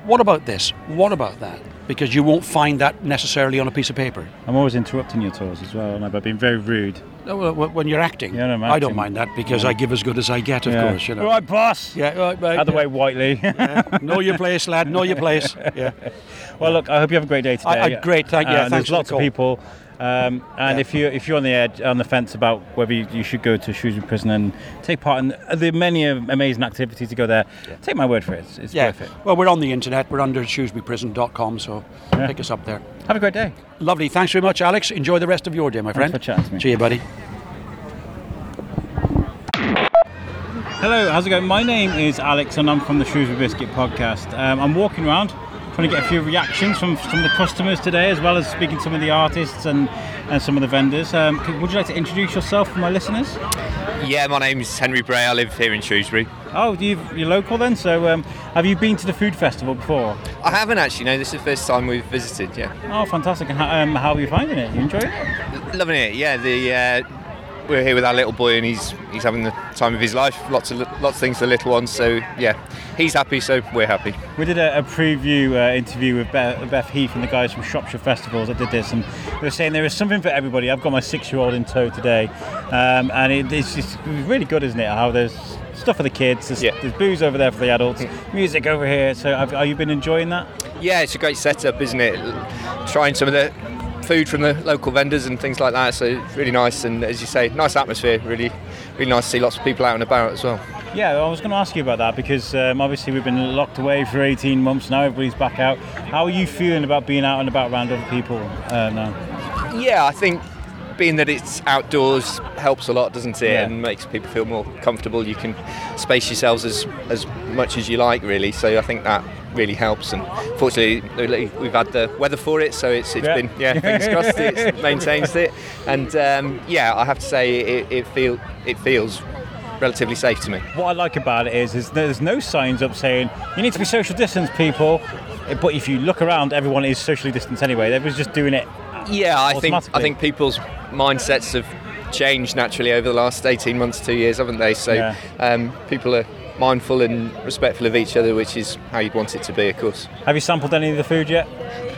what about this? What about that? Because you won't find that necessarily on a piece of paper. I'm always interrupting your tours as well, and I've been very rude. No, well, When when you're acting, Yeah, no, I'm I don't acting. mind that because I give as good as I get, of Yeah. course. You know. All right, boss. Yeah, right, right, Out of the yeah. way, Whiteley. know your place, lad. Know your place. Yeah. Well, look, I hope you have a great day today. I- I- great, thank- yeah, and thanks there's for the lots of call. people. Um, and Yeah. if you if you're on the edge on the fence about whether you, you should go to Shrewsbury Prison and take part in the many amazing activities to go there, take my word for it. It's, it's Yeah. worth it. Well, we're on the internet. We're under shrewsburyprison.com, so Yeah. pick us up there. Have a great day. Lovely. Thanks very much, Alex. Enjoy the rest of your day, my friend. for chatting to me. See you, buddy. Hello, how's it going? My name is Alex, and I'm from the Shrewsbury Biscuit podcast. Um, I'm walking around trying to get a few reactions from from the customers today, as well as speaking to some of the artists and and some of the vendors. Um, could, would you like to introduce yourself for my listeners? Yeah, my name's Henry Bray. I live here in Shrewsbury. Oh, you, you're local then. So, um, have you been to the food festival before? I haven't actually. No, this is the first time we've visited. Yeah, Oh, fantastic! And how, um, how are you finding it? You enjoying it? loving it. Yeah, the uh, we're here with our little boy and he's he's having the time of his life. Lots of li- lots of things for the little ones. So yeah, he's happy. So we're happy. We did a, a preview uh, interview with Beth, Beth Heath and the guys from Shropshire Festivals that did this, and they were saying there is something for everybody. I've got my six-year-old in tow today, um, and it, it's just it's really good, isn't it? How there's stuff for the kids, there's, Yeah. there's booze over there for the adults, music over here. So, have, have you been enjoying that? Yeah, it's a great setup, isn't it? Trying some of the food from the local vendors and things like that. So it's really nice and as you say, nice atmosphere. Really, really nice to see lots of people out and about as well. Yeah, I was going to ask you about that because um, obviously we've been locked away for 18 months now. Everybody's back out. How are you feeling about being out and about around other people uh, now? Yeah, I think being that it's outdoors helps a lot, doesn't it? Yeah. And makes people feel more comfortable. You can space yourselves as as much as you like, really. So I think that really helps. And fortunately, really, we've had the weather for it, so it's it's Yeah. been yeah, fingers crossed, it's maintains it. And um, yeah, I have to say, it, it feel it feels relatively safe to me. What I like about it is, is there's no signs up saying you need to be social distance, people. But if you look around, everyone is socially distanced anyway. They was just doing it. Yeah, I think I automatically. think people's mindsets have changed naturally over the last 18 months, two years, haven't they? So Yeah. um, people are mindful and respectful of each other, which is how you'd want it to be, of course. Have you sampled any of the food yet?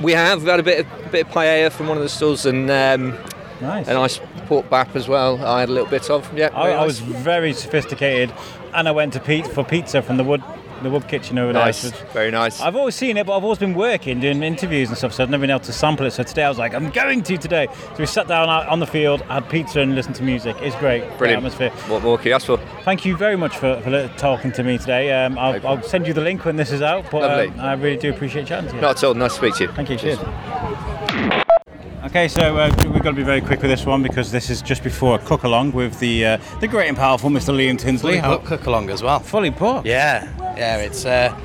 We have had a bit of, bit of paella from one of the stalls and um, Nice. a nice pork bap as well. I had a little bit of. Yeah, I, very I was nice. very sophisticated, and I went to Pete for pizza from the Wood the Wub Kitchen over Nice, there. So- very nice. I've always seen it, but I've always been working, doing interviews and stuff, so I've never been able to sample it. So today I was like, I'm going to today. So we sat down out on the field, had pizza, and listened to music. It's great. great Brilliant. atmosphere. What more can you ask for? Thank you very much for, for li- talking to me today. Um, I'll, I'll send you the link when this is out, but um, Lovely. I really do appreciate chatting to you. Not at all. Nice to speak to you. Thank you. Cheers. Okay, so uh, we've got to be very quick with this one because this is just before a cook along with the uh, the great and powerful Mr. Liam Tinsley. Fully booked cook along as well. Fully booked. Yeah, yeah. It's uh,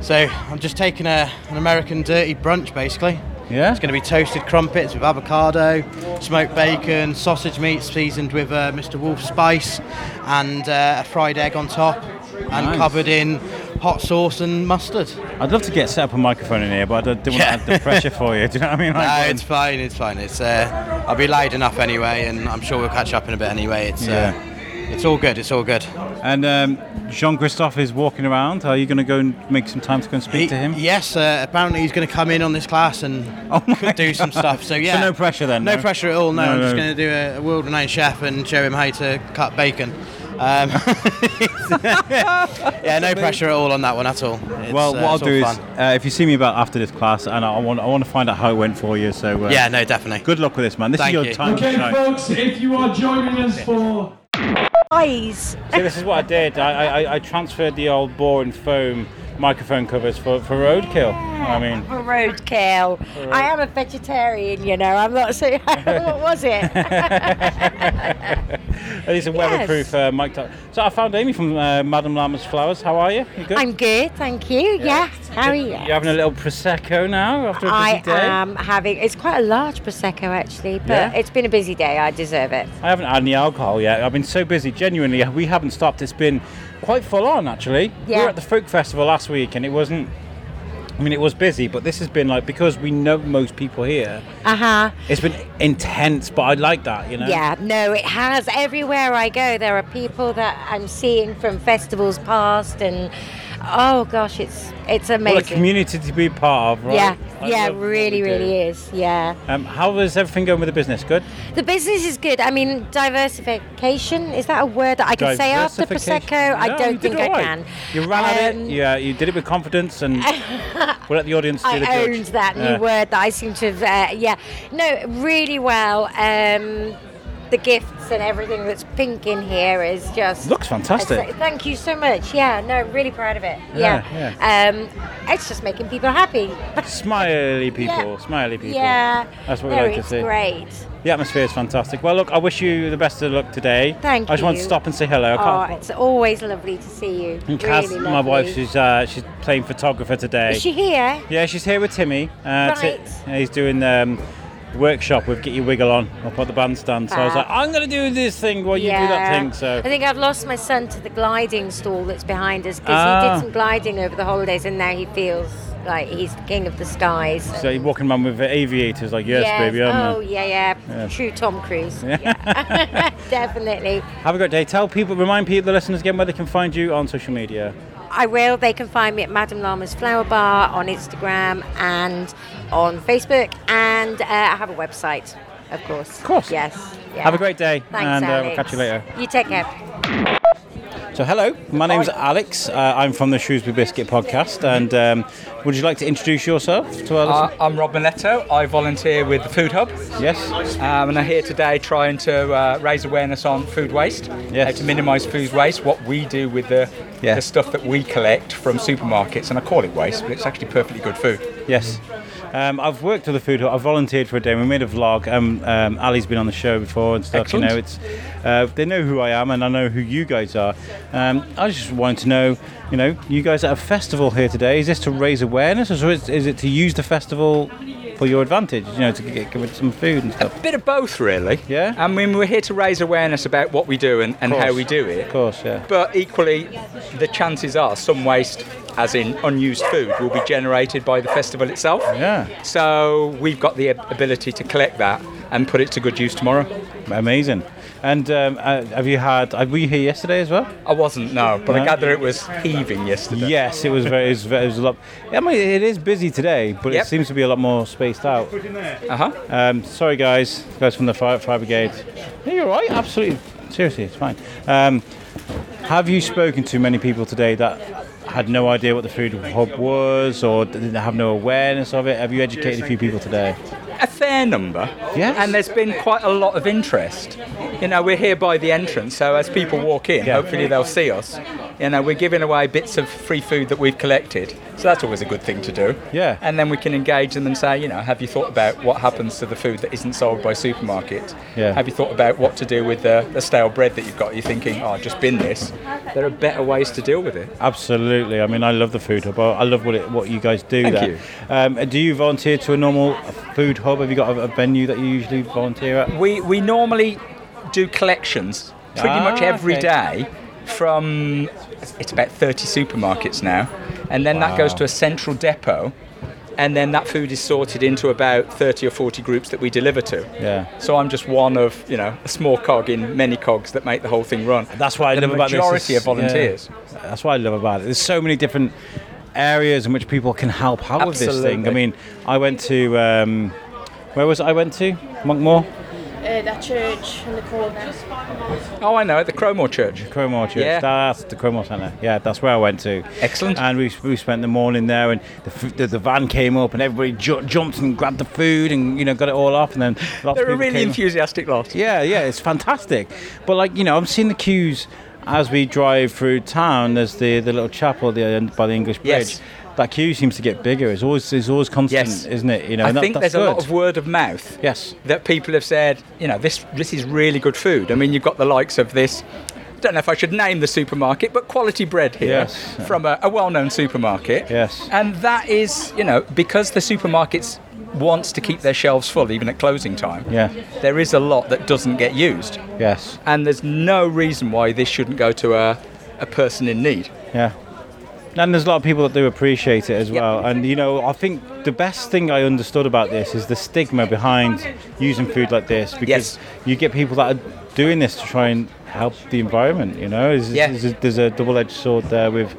so I'm just taking a, an American dirty brunch basically. Yeah. It's going to be toasted crumpets with avocado, smoked bacon, sausage meat seasoned with uh, Mr. Wolf spice, and uh, a fried egg on top, and Nice. covered in hot sauce and mustard. I'd love to get set up a microphone in here, but I don't want Yeah. to add the pressure for you. Do you know what I mean? Like, um, no, it's fine. It's fine. It's uh, I'll be loud enough anyway, and I'm sure we'll catch up in a bit anyway. It's Yeah. uh, it's all good. It's all good. And um, Jean Christophe is walking around. Are you going to go and make some time to go and speak to him? Oh Yes, uh, apparently he's going to come in on this class and could do some stuff. So yeah, no pressure then, No, no? pressure at all. No, No, I'm just no. going to do a, a world-renowned chef and show him how to cut bacon. Um, yeah, no pressure at all on that one at all. It's, well, uh, what I'll it's all do is, fun. uh, if you see me about after this class, and I want, I want to find out how it went for you. So uh, Yeah, no, definitely. Good luck with this, man. This Thank is your you. time. to shine. folks, if you are joining us for Eyes. See, this is what I did. I, I, I transferred the old bore and foam microphone covers for, for roadkill. I mean, For roadkill. I am a vegetarian, you know. I'm not so. what was it? at least a weatherproof uh, mic. Top. So I found Amy from uh, Madame Llama's Flowers. How are you? You good? I'm good, thank you. Yeah. How are you? You're having a little prosecco now after a busy I day. am having. It's quite a large prosecco actually, but Yeah? it's been a busy day. I deserve it. I haven't had any alcohol yet. I've been so busy. Genuinely, we haven't stopped. It's been quite full on, actually. We Yeah. were at the folk festival last week, and it wasn't. I mean, it was busy, but this has been like because we know most people here. Uh huh. It's been intense, but I like that, you know. Yeah, no, it has. Everywhere I go, there are people that I'm seeing from festivals past, and oh gosh, it's it's amazing. What a community to be part of, right? Yeah, I yeah, love what really, we do. really is. Yeah. Um, how is everything going with the business? Good. The business is good. I mean, diversification is that a word that I can say after prosecco? Diversification. I No, you don't did think I alright. can. You ran at Um, it. Yeah, you did it with confidence, and we'll let the audience do the I judge. owned that new Yeah. word that I seem to have. Uh, yeah, no, really well. Um, the gifts and everything that's pink in here is just Looks fantastic. It's- thank you so much. Yeah, no, really proud of it. Yeah, Yeah, Um, it's just making people happy. Smiley people, smiley people. Yeah, that's what we no, like to it's see. Great. The atmosphere is fantastic. Well, look, I wish you the best of luck today. Thank I just want to you. stop and say hello. I Oh, can't- it's always lovely to see you. and Kaz, really my wife, lovely. she's uh, she's playing photographer today. Is she here? Yeah, she's here with Timmy. Uh, Ti- Right. yeah, he's doing um, workshop with Get Your Wiggle On up at the bandstand. So I was Fab. like, "Ah." I'm going to do this thing while you do that thing. So I think I've lost my son to the gliding stall that's behind us because he Ah. did some gliding over the holidays and now he feels like he's the king of the skies. So you're walking around with aviators, like, yes, baby, I'm Oh, a-" yeah, yeah, Yeah. True Tom Cruise. Yeah. Yeah. Definitely. Have a great day. Tell people, remind people, the listeners again, where they can find you on social media. I will. They can find me at Madame Llama's Flower Bar on Instagram and on Facebook. And uh, I have a website, of course. Of course. Yes. yeah. Have a great day, Thanks, and uh, we'll Alex. catch you later. You take care. So, hello, my name's Alex. Uh, I'm from the Shrewsbury Biscuit podcast, and um, would you like to introduce yourself to our Uh, listeners? I'm Rob Mileto. I volunteer with the Food Hub. Yes. Um, and I'm here today trying to uh, raise awareness on food waste. Yes. to minimise food waste, what we do with the, the stuff that we collect from supermarkets. And I call it waste, but it's actually perfectly good food. Yes. Um, I've worked with the food hall. I volunteered for a day. We made a vlog. Um, um, Ali's been on the show before and stuff. You know, it's Excellent. uh, they know who I am and I know who you guys are. Um, I just wanted to know, you know, you guys at a festival here today. Is this to raise awareness, or is is it to use the festival for your advantage? You know, to get give it some food and stuff. Bit of both, really. Yeah. I mean, we're here to raise awareness about what we do and, and how Course. we do it. Of course, yeah. But equally, the chances are some waste, as in unused food, will be generated by the festival itself. Yeah. So we've got the ab- ability to collect that and put it to good use tomorrow. Amazing. And um, uh, have you had? uh, Were you here yesterday as well? I wasn't. No, but No? I gather it was heaving yesterday. Yes, it was very. It was, very- it was a lot. I mean, it is busy today, but Yep. it seems to be a lot more spaced out. Uh huh. Um, sorry, guys. Guys from the fire, fire brigade. No, you're all right. Absolutely. Seriously, it's fine. Um, have you spoken to many people today that had no idea what the food hub was or didn't have no awareness of it? Have you educated a few people today? a fair number. Yes. And there's been quite a lot of interest. You know, we're here by the entrance, so as people walk in, Yeah. hopefully they'll see us. You know, we're giving away bits of free food that we've collected, so that's always a good thing to do. Yeah. And then we can engage them and say, you know, have you thought about what happens to the food that isn't sold by supermarkets? Yeah. Have you thought about what to do with the, the stale bread that you've got? You're thinking, oh, I've just bin this. There are better ways to deal with it. Absolutely. I mean, I love the food hub. I I love what it, what you guys do Thank there. you. Um, do you volunteer to a normal food hub? Have you got a, a venue that you usually volunteer at? We we normally do collections pretty much Ah, every okay. day from it's about 30 supermarkets now and then that goes Wow. to a central depot and then that food is sorted into about 30 or 40 groups that we deliver to Yeah. so i'm just one of you know a small cog in many cogs that make the whole thing run That's why I the love about this. majority is- of volunteers yeah. that's what I love about it. There's so many different areas in which people can help out with this thing. I Absolutely. mean, I went to um, where was it I went to Monkmore. Uh, that church in the corner. Oh, I know, at the Cromore Church. Cromore Church. Yeah. That's the Cromore Centre. Yeah, that's where I went to. Excellent. And we, we spent the morning there, and the, f- the, the van came up, and everybody ju- jumped and grabbed the food, and you know got it all off, and then lots they're of a people really came up. enthusiastic lot Yeah, yeah, it's fantastic. But like you know, I'm seeing the queues as we drive through town. There's the the little chapel the end by the English Yes. Bridge. That queue seems to get bigger. It's always it's always constant, Yes. isn't it? You know, I and that- think that's there's a lot good. of word of mouth. Yes. That people have said, you know, this this is really good food. I mean, you've got the likes of this. Don't know if I should name the supermarket, but quality bread here Yes. from a, a well-known supermarket. Yes. And that is, you know, because the supermarkets wants to keep their shelves full even at closing time. Yeah. There is a lot that doesn't get used. Yes. And there's no reason why this shouldn't go to a, a person in need. Yeah. And there's a lot of people that do appreciate it as well. And you know, I think the best thing I understood about this is the stigma behind using food like this because you get people that are doing this to try and help the environment. You know, there's, Yeah. there's a, there's a double-edged sword there with,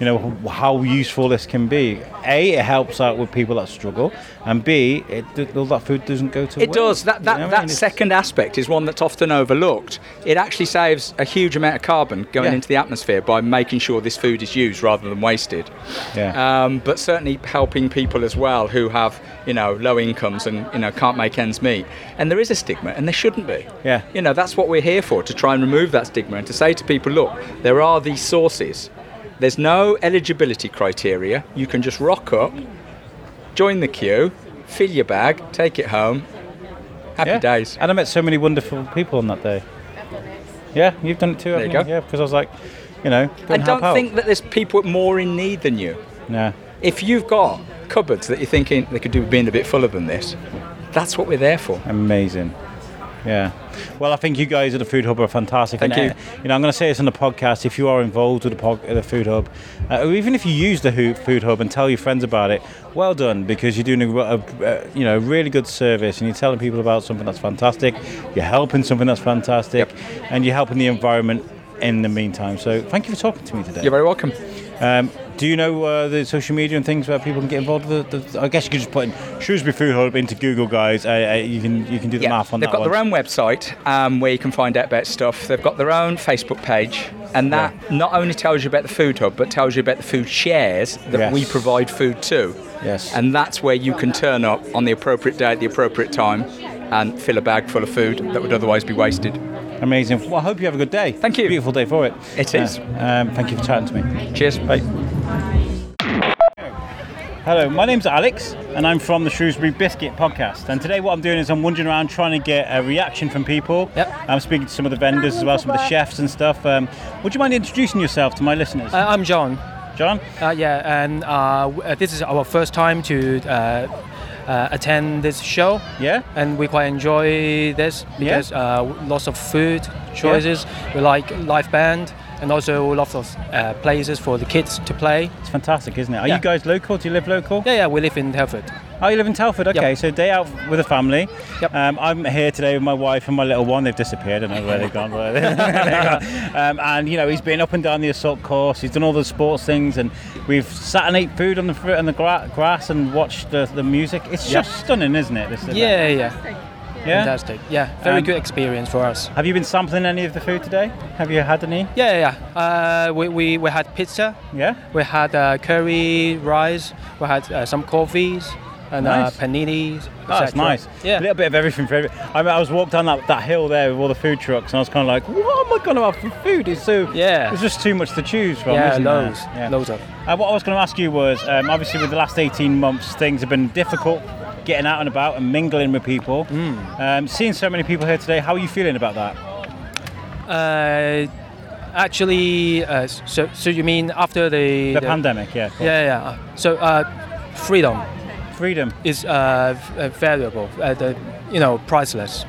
you know, h- how useful this can be. A, it helps out with people that struggle, and B, it, all that food doesn't go to It waste, does. That you that, know? that second aspect is one that's often overlooked. It actually saves a huge amount of carbon going Yeah. into the atmosphere by making sure this food is used rather than wasted. Yeah. Um, but certainly helping people as well who have you know low incomes and you know can't make ends meet. And there is a stigma, and there shouldn't be. Yeah. You know that's what we're here for to try and remove that stigma and to say to people, look, there are these sources. There's no eligibility criteria. You can just rock up, join the queue, fill your bag, take it home. Happy days. And I met so many wonderful people on that day. Yeah, you've done it too. There haven't you go. Yeah, because I was like, you know, go I and help don't out. think that there's people more in need than you. Yeah. If you've got cupboards that you're thinking they could do with being a bit fuller than this, that's what we're there for. Amazing. Yeah. Well, I think you guys at the Food Hub are fantastic. Thank and, uh, you know, I'm going to say this on the podcast. If you are involved with the, pod, uh, the Food Hub, uh, or even if you use the Hoo- Food Hub and tell your friends about it, well done because you're doing a, re- a- a, you know really good service and you're telling people about something that's fantastic. You're helping something that's fantastic, and you're helping the environment in the meantime. So thank you for talking to me today. You're very welcome. Um, do you know uh, the social media and things where people can get involved with it? The- I guess you could just put in Shrewsbury Food Hub into Google, guys. Uh, uh, you can you can do the math on They've that got one. their own website um, where you can find out about stuff. They've got their own Facebook page, and that not only tells you about the food hub, but tells you about the food shares that Yes. we provide food to. Yes. And that's where you can turn up on the appropriate day at the appropriate time and fill a bag full of food that would otherwise be wasted. Amazing. Well, I hope you have a good day. Thank you. Beautiful day for it. It is. um, thank you for chatting to me. Cheers. Bye. Hello, my name's Alex, and I'm from the Shrewsbury Biscuit podcast. And today, what I'm doing is I'm wandering around trying to get a reaction from people. Yep. I'm speaking to some of the vendors as well, some of the chefs and stuff. Um, would you mind introducing yourself to my listeners? Uh, I'm John. John? Uh, yeah, and uh, w- uh, this is our first time to uh, uh, attend this show. Yeah. And we quite enjoy this because uh, w- lots of food choices. We like live band and also lots of uh, places for the kids to play. It's fantastic, isn't it? Are you guys local? Do you live local? Yeah, yeah, we live in Telford. Oh, you live in Telford? Okay, so day out with a family. Yep. Um, I'm here today with my wife and my little one. They've disappeared. I don't know where they've gone. but- um, and, you know, he's been up and down the assault course. He's done all the sports things. And we've sat and ate food on the, fr- on the gra- grass and watched the, the music. It's Yep. just stunning, isn't it? This, Yeah, yeah. Yeah. Yeah? Fantastic. Yeah, very Um, good experience for us. Have you been sampling any of the food today? Have you had any? Yeah, yeah. yeah. Uh, we, we, we had pizza. Yeah. We had uh, curry rice. We had uh, some coffees and Nice. uh, paninis. Oh, that's etc.. nice. Yeah. A little bit of everything for every. I, mean, I was walked down that, that hill there with all the food trucks, and I was kind of like, what am I going to have for food? It's so yeah. There's just too much to choose from. Yeah, isn't loads. There? loads of. Uh, what I was going to ask you was, um, obviously, with the last 18 months, things have been difficult getting out and about and mingling with people. Hmm. Um, seeing so many people here today, how are you feeling about that? Uh, actually, uh, so so you mean after the The pandemic, yeah, of course. Yeah, yeah. Uh, So uh, freedom, freedom is uh, v- uh, valuable. Uh, the, you know, priceless.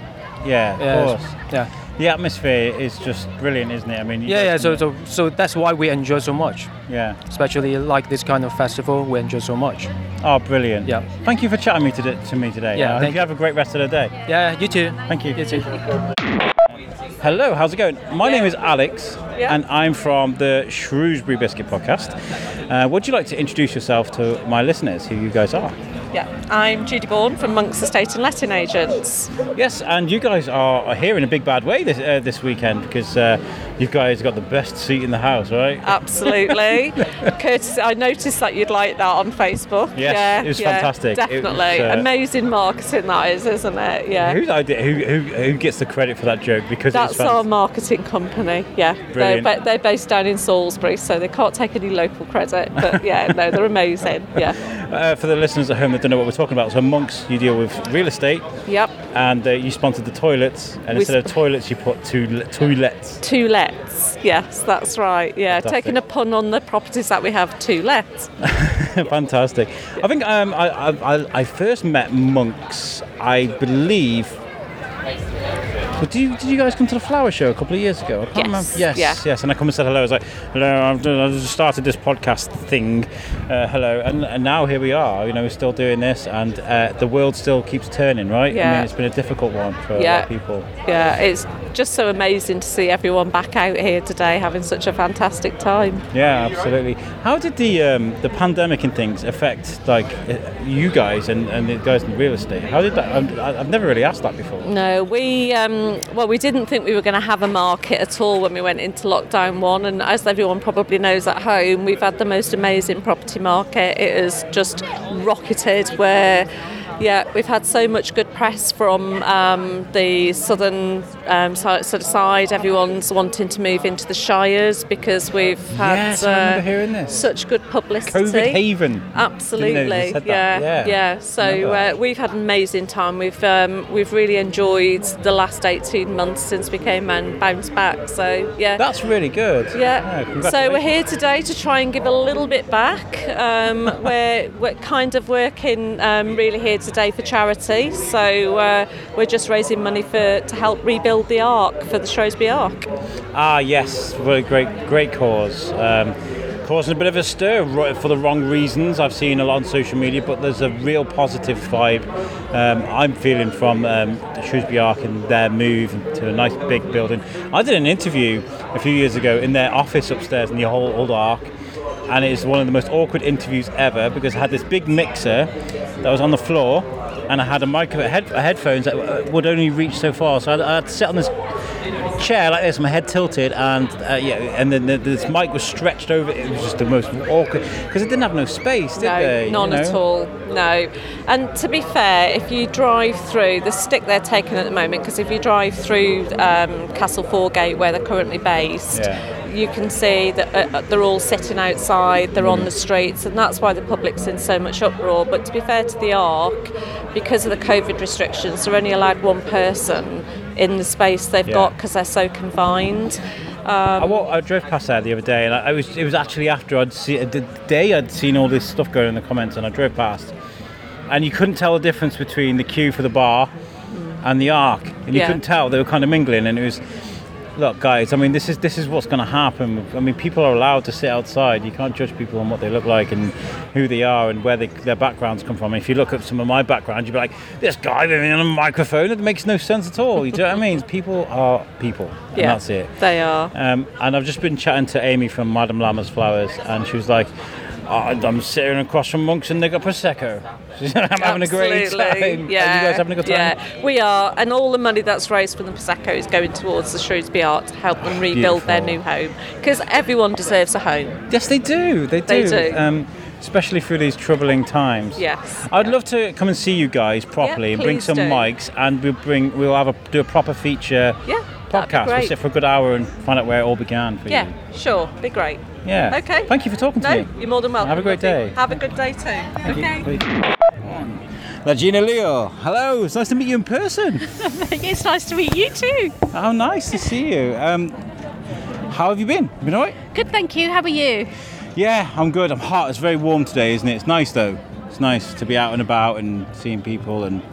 Yeah, of Yeah, course. Yeah. The atmosphere is just brilliant, isn't it? I mean, you Yeah, guys yeah. can- So, so so that's why we enjoy so much. Yeah. Especially like this kind of festival, we enjoy so much. Oh, brilliant. Yeah. Thank you for chatting me to, to me today. Yeah, I hope thank you have a great rest of the day. Yeah, you too. Thank you. You too. Hello, how's it going? My name is Alex, Yeah. and I'm from the Shrewsbury Biscuit Podcast. Uh, would you like to introduce yourself to my listeners, who you guys are? Yeah, I'm Judy Bourne from Monks Estate and Letting Agents. Yes, and you guys are are here in a big bad way this uh, this weekend because uh, you guys got the best seat in the house, right? Absolutely. Curtis, I noticed that you'd like that on Facebook. Yes, yeah, it was yeah, fantastic. It was, Definitely. uh, Amazing marketing that is, isn't it? Yeah. Whose idea? Who, who, who gets the credit for that joke? Because it's That's fantastic. our marketing company. Yeah, they're, Brilliant. ba- they're based down in Salisbury, so they can't take any local credit. But yeah, no, they're amazing. Yeah. Uh, for the listeners at home that don't know what we're talking about, so monks, you deal with real estate, Yep. and uh, you sponsored the toilets, and We instead of sp- toilets, you put two toilets. Two lets. Yes, that's right. Yeah, Fantastic. taking a pun on the properties that we have. Two lets. Fantastic. I think um, I, I, I- I first met monks, I believe. Well, do you, did you guys come to the flower show a couple of years ago? I can't Yes, remember. Yes, yeah. yes. And I come and said hello. I was like, hello, I've, done- I've just started this podcast thing. Uh, hello. And, and now here we are. You know, we're still doing this, and uh, the world still keeps turning, right? I Yeah. mean, it's been a difficult one for a lot Yeah. of people. Yeah, it's just so amazing to see everyone back out here today having such a fantastic time. Yeah, absolutely. How did the um, the pandemic and things affect like uh, you guys and, and the guys in real estate? How did that? I'm- I- I've never really asked that before. No, we um, well, we didn't think we were going to have a market at all when we went into lockdown one, and as everyone probably knows at home, we've had the most amazing property market. It has just rocketed. Where, yeah, we've had so much good press from um, the southern um, si- sort of side. Everyone's wanting to move into the shires because we've had uh, Yes, I uh, remember hearing this. such good publicity. COVID haven. Didn't know Absolutely, you said that. yeah, Yeah. yeah, Remember So that. uh, we've had an amazing time. We've um, we've really enjoyed the last eighteen months since we came and bounced back. So yeah, That's really good. yeah. so we're congratulations. here today to try and give a little bit back. Um, we're, we're kind of working um, really here today for charity. So uh, we're just raising money for to help rebuild the Ark for the Shrewsbury Ark. Ah, yes, what a great great cause. Um, causing a bit of a stir ro- for the wrong reasons. I've seen a lot on social media, but there's a real positive vibe um, I'm feeling from um, the Shrewsbury Arc and their move to a nice big building. I did an interview a few years ago in their office upstairs in the whole old Arc and it is one of the most awkward interviews ever because I had this big mixer that was on the floor, and I had a microphone head, headphones that uh, would only reach so far. So I had, I had to sit on this chair like this, my head tilted, and uh, yeah, and then the, this mic was stretched over. It was just the most awkward because it didn't have no space, did no, they? you none at know? all. No. And to be fair, if you drive through the stick they're taking at the moment, because if you drive through um, Castle Foregate where they're currently based, Yeah. you can see that uh, they're all sitting outside, they're on the Mm. streets, and that's why the public's in so much uproar. But to be fair to the Arc, because of the COVID restrictions, they're only allowed one person in the space they've Yeah. got because they're so confined. Um, I, wa- I drove past there the other day, and I, I was. It was actually after I'd see the day I'd seen all this stuff going in the comments, and I drove past, and you couldn't tell the difference between the queue for the bar and the arc, and you Yeah. couldn't tell they were kind of mingling, and it was. Look, guys. I mean, this is this is what's going to happen. I mean, people are allowed to sit outside. You can't judge people on what they look like and who they are and where they, their backgrounds come from. If you look at some of my background, you'd be like, "This guy living on a microphone. It makes no sense at all." You know what I mean? People are people, and Yeah. that's it. They are. Um, and I've just been chatting to Amy from Madame Lama's Flowers, and she was like, "Oh, I'm sitting across from monks and they got prosecco. I'm having a great Absolutely, time. Yeah, Are you guys having a good time? Yeah, we are, and all the money that's raised from the prosecco is going towards the Shrewsbury Art to help them rebuild their new home because everyone deserves a home. Yes, they do. They do. They do. Um, especially through these troubling times. Yes. I'd love to come and see you guys properly and bring please some do. mics, and we'll bring we'll have a do a proper feature Yeah, that'd be podcast. We'll great. sit for a good hour and find out where it all began for Yeah, you. sure, be great. Yeah. Okay. Thank you for talking to no, me. You're more than welcome. Have a great Lovely. day. Have a good day too. you. okay. Regina Leo, hello. It's nice to meet you in person. uh, it's nice to meet you too. How nice to see you. Um, how have you been? You been alright? Good, thank you. How are you? Yeah, I'm good. I'm hot. It's very warm today, isn't it? It's nice though. It's nice to be out and about and seeing people and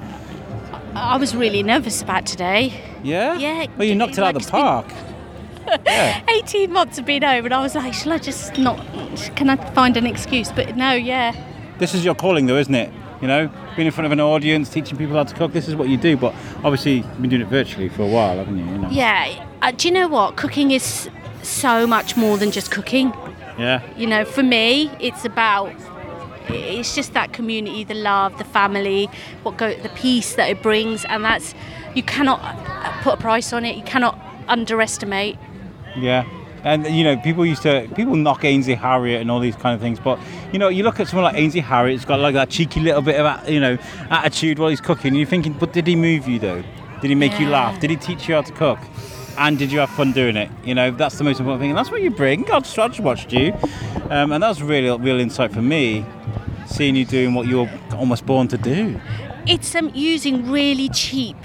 I I was really nervous about today. yeah. Yeah, Well, you knocked it out of the park. 18 months have been over, and I was like, shall I just not? Can I find an excuse? But no, yeah. This is your calling, though, isn't it? You know, being in front of an audience, teaching people how to cook. This is what you do. But obviously, you've been doing it virtually for a while, haven't you? you know? Yeah. Uh, do you know what? Cooking is so much more than just cooking. Yeah. You know, for me, it's about it's just that community, the love, the family, what go the peace that it brings, and that's you cannot uh, put a price on it. You cannot underestimate. Yeah. And you know, people used to people knock Ainsley Harriet and all these kind of things, but you know, you look at someone like Ainsley Harriet, it's got like that cheeky little bit of a- you know attitude while he's cooking. And you're thinking, but did he move you though? Did he make you Yeah. laugh? Did he teach you how to cook? And did you have fun doing it? You know, that's the most important thing, and that's what you bring. God, I just watched you, um, and that was really real insight for me, seeing you doing what you were almost born to do. It's um, using really cheap,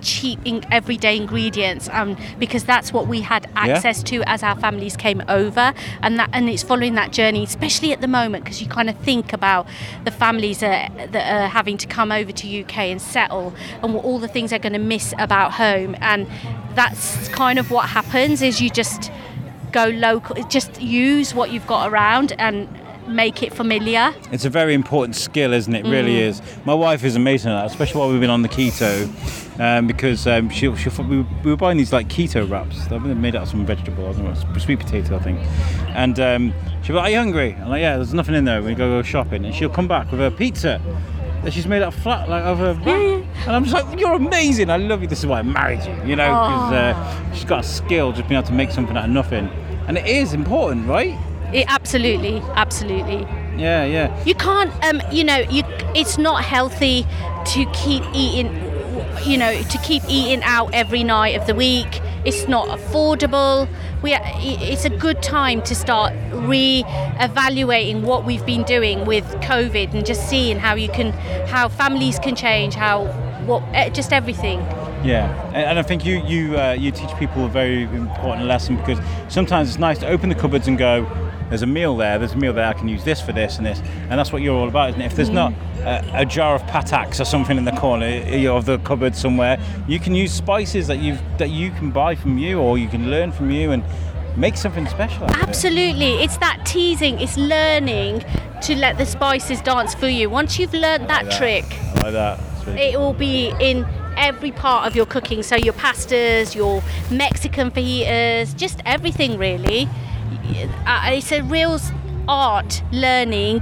cheap in- everyday ingredients, um, because that's what we had Yeah. access to as our families came over, and that and it's following that journey, especially at the moment, because you kind of think about the families uh, that are having to come over to UK and settle, and what all the things they're going to miss about home, and that's kind of what happens is you just go local, just use what you've got around and make it familiar. It's a very important skill, isn't it? It really Mm. is. My wife is amazing at that, especially while we've been on the keto, um, because um, she, she, we, we were buying these like keto wraps. They're made out of some vegetable, I don't know, it's sweet potato, I think. And um, she'll be like, Are you hungry? I'm like, Yeah, there's nothing in there. We go, go shopping. And she'll come back with her pizza that she's made out of flat, like of her wrap. And I'm just like, You're amazing. I love you. This is why I married you, you know, because uh, she's got a skill just being able to make something out of nothing. And it is important, right? It absolutely, absolutely. Yeah, yeah. You can't, um, you know, you. It's not healthy to keep eating, you know, to keep eating out every night of the week. It's not affordable. We, are- i- it's a good time to start re-evaluating what we've been doing with COVID and just seeing how you can, how families can change, how what, eh, just everything. Yeah, and, and I think you you uh, you teach people a very important lesson because sometimes it's nice to open the cupboards and go, there's a meal there, there's a meal there, I can use this for this and this, and that's what you're all about, isn't it? If there's Mm. not a, a jar of pataks or something in the corner eh, of the cupboard somewhere, you can use spices that you've that you can buy from you or you can learn from you and make something special. out of it. Absolutely. It's that teasing, it's learning to let the spices dance for you. Once you've learnt that, Like trick, I like that. It's really it will be in every part of your cooking. So, your pastas, your Mexican fajitas, just everything really. Uh, It's a real s- art learning,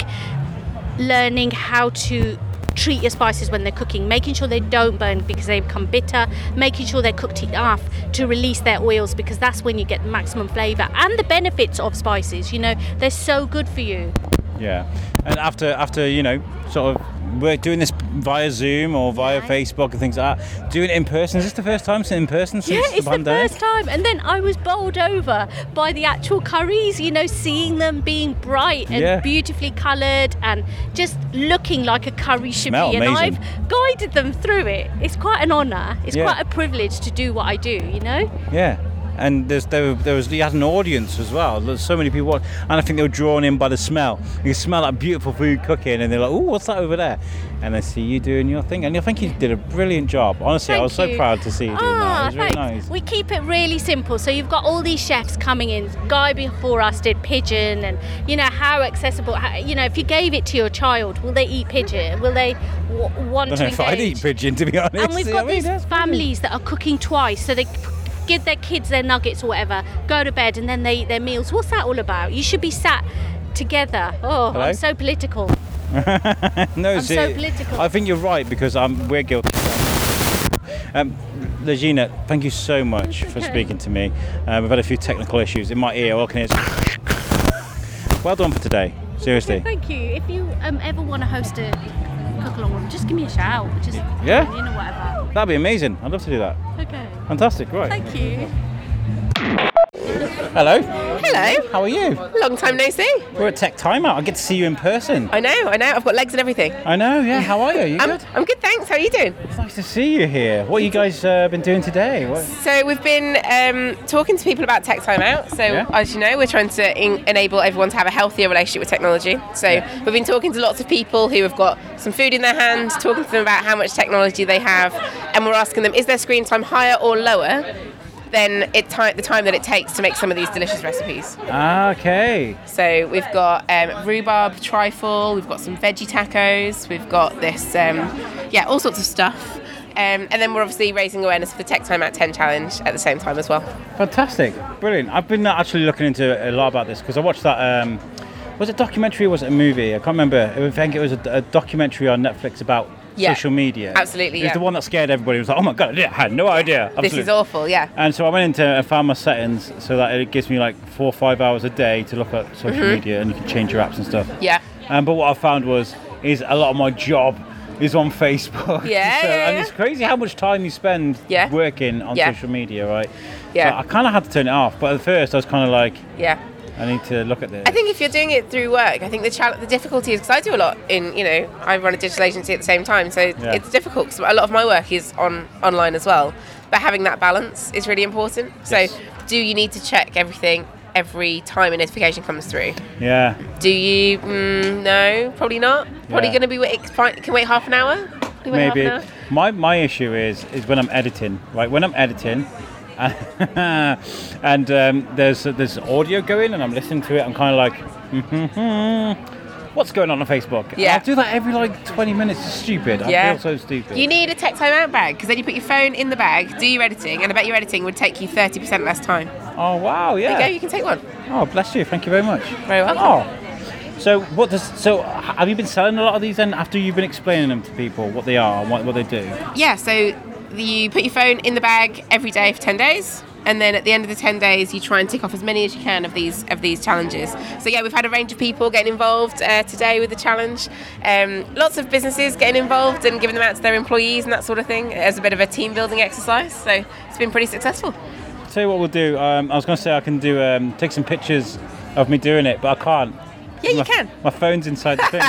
learning how to treat your spices when they're cooking, making sure they don't burn because they become bitter, making sure they're cooked enough to release their oils because that's when you get the maximum flavour and the benefits of spices. You know, they're so good for you. Yeah, and after after you know, sort of, we're doing this via Zoom or via Facebook and things like that. Doing it in person. Is this the first time since in person since yeah, it's the pandemic? first time. And then I was bowled over by the actual curries, you know, seeing them being bright and Yeah. beautifully coloured and just looking like a curry should Smell be. And amazing. I've guided them through it. It's quite an honour. It's Yeah. quite a privilege to do what I do, you know? Yeah. And there's, there, were- there was you had an audience as well. There's so many people, watch- and I think they were drawn in by the smell. You could smell that beautiful food cooking, and they're like, "Oh, what's that over there?" And they see you doing your thing, and I think you did a brilliant job. Honestly, I Thank was so you. Ah, proud to see you doing that. It was really thanks. nice. We keep it really simple. So you've got all these chefs coming in. Guy before us did pigeon, and you know how accessible. How, you know, if you gave it to your child, will they eat pigeon? Will they w- I want don't to know engage? if I'd eat pigeon to be honest. and we've You know got what I mean? these families that are cooking twice, so they give their kids their nuggets or whatever, go to bed, and then they eat their meals. What's that all about? You should be sat together. Oh, Hello? I'm so political. no, I'm see, so political. I think you're right because I'm, we're guilty. Um, Legina, thank you so much for speaking to me. Um, we've had a few technical issues in my ear. All I can hear is well done for today. Seriously. Thank you. If you um, ever want to host a cook along, just give me a shout. Just Yeah? you know whatever. That'd be amazing. I'd love to do that. Okay. Fantastic, right. Thank you. Hello. Hello. How are you? Long time no see. We're at Tech Timeout. I get to see you in person. I know, I know. I've got legs and everything. Um, I know, yeah. How are you? You I'm, good? I'm good, thanks. How are you doing? It's nice to see you here. What you guys uh, been doing today? What? So we've been um, talking to people about tech timeout. So Yeah. as you know, we're trying to in- enable everyone to have a healthier relationship with technology. So we've been talking to lots of people who have got some food in their hands, talking to them about how much technology they have, and we're asking them: is their screen time higher or lower than it ti- the time that it takes to make some of these delicious recipes? Ah, okay. So we've got um, rhubarb trifle, we've got some veggie tacos, we've got this, um, yeah, all sorts of stuff. Um, and then we're obviously raising awareness for the Tech Time at 10 challenge at the same time as well. Fantastic, brilliant. I've been uh, actually looking into a lot about this because I watched that. Um, was it a documentary or was it a movie? I can't remember. I think it was a, a documentary on Netflix about Yeah, social media. absolutely, It was yeah. the one that scared everybody. It was like, oh my god, I had no idea. This is awful, yeah. And so I went into and found my settings so that it gives me like four or five hours a day to look at social Mhm. media and you can change your apps and stuff. Yeah. Um, but what I found was is a lot of my job is on Facebook. Yeah, so, yeah, and yeah. it's crazy how much time you spend Yeah. working on Yeah. social media, right? Yeah. So I kind of had to turn it off, but at first I was kind of like, Yeah. I need to look at this. I think if you're doing it through work, I think the challenge, the difficulty is because I do a lot in, you know, I run a digital agency at the same time, so Yeah. it's difficult because a lot of my work is on online as well. But having that balance is really important. So, do you need to check everything every time a notification comes through? Yeah. Do you? Mm, no, probably not. Probably Yeah. going to be wait, can wait half an hour. Can wait half an Maybe hour? my my issue is is when I'm editing, right? When I'm editing, and um, there's there's audio going, and I'm listening to it. I'm kind of like, what's going on on Facebook? And Yeah. I do that every like 20 minutes. It's stupid. I Yeah. feel so stupid. You need a tech time out bag because then you put your phone in the bag, do your editing, and I bet your editing would take you thirty percent less time. Oh wow! Yeah. There you go. You can take one. Oh, bless you. Thank you very much. Very welcome. Oh. So what does so h- have you been selling a lot of these then after you've been explaining them to people what they are and what, what they do? Yeah. So you put your phone in the bag every day for ten days. And then at the end of the ten days, you try and tick off as many as you can of these of these challenges. So yeah, we've had a range of people getting involved uh, today with the challenge. Um, lots of businesses getting involved and giving them out to their employees and that sort of thing as a bit of a team building exercise. So it's been pretty successful. Tell you what we'll do. Um, I was going to say I can do um, take some pictures of me doing it, but I can't. Yeah, you my, can. My phone's inside the thing.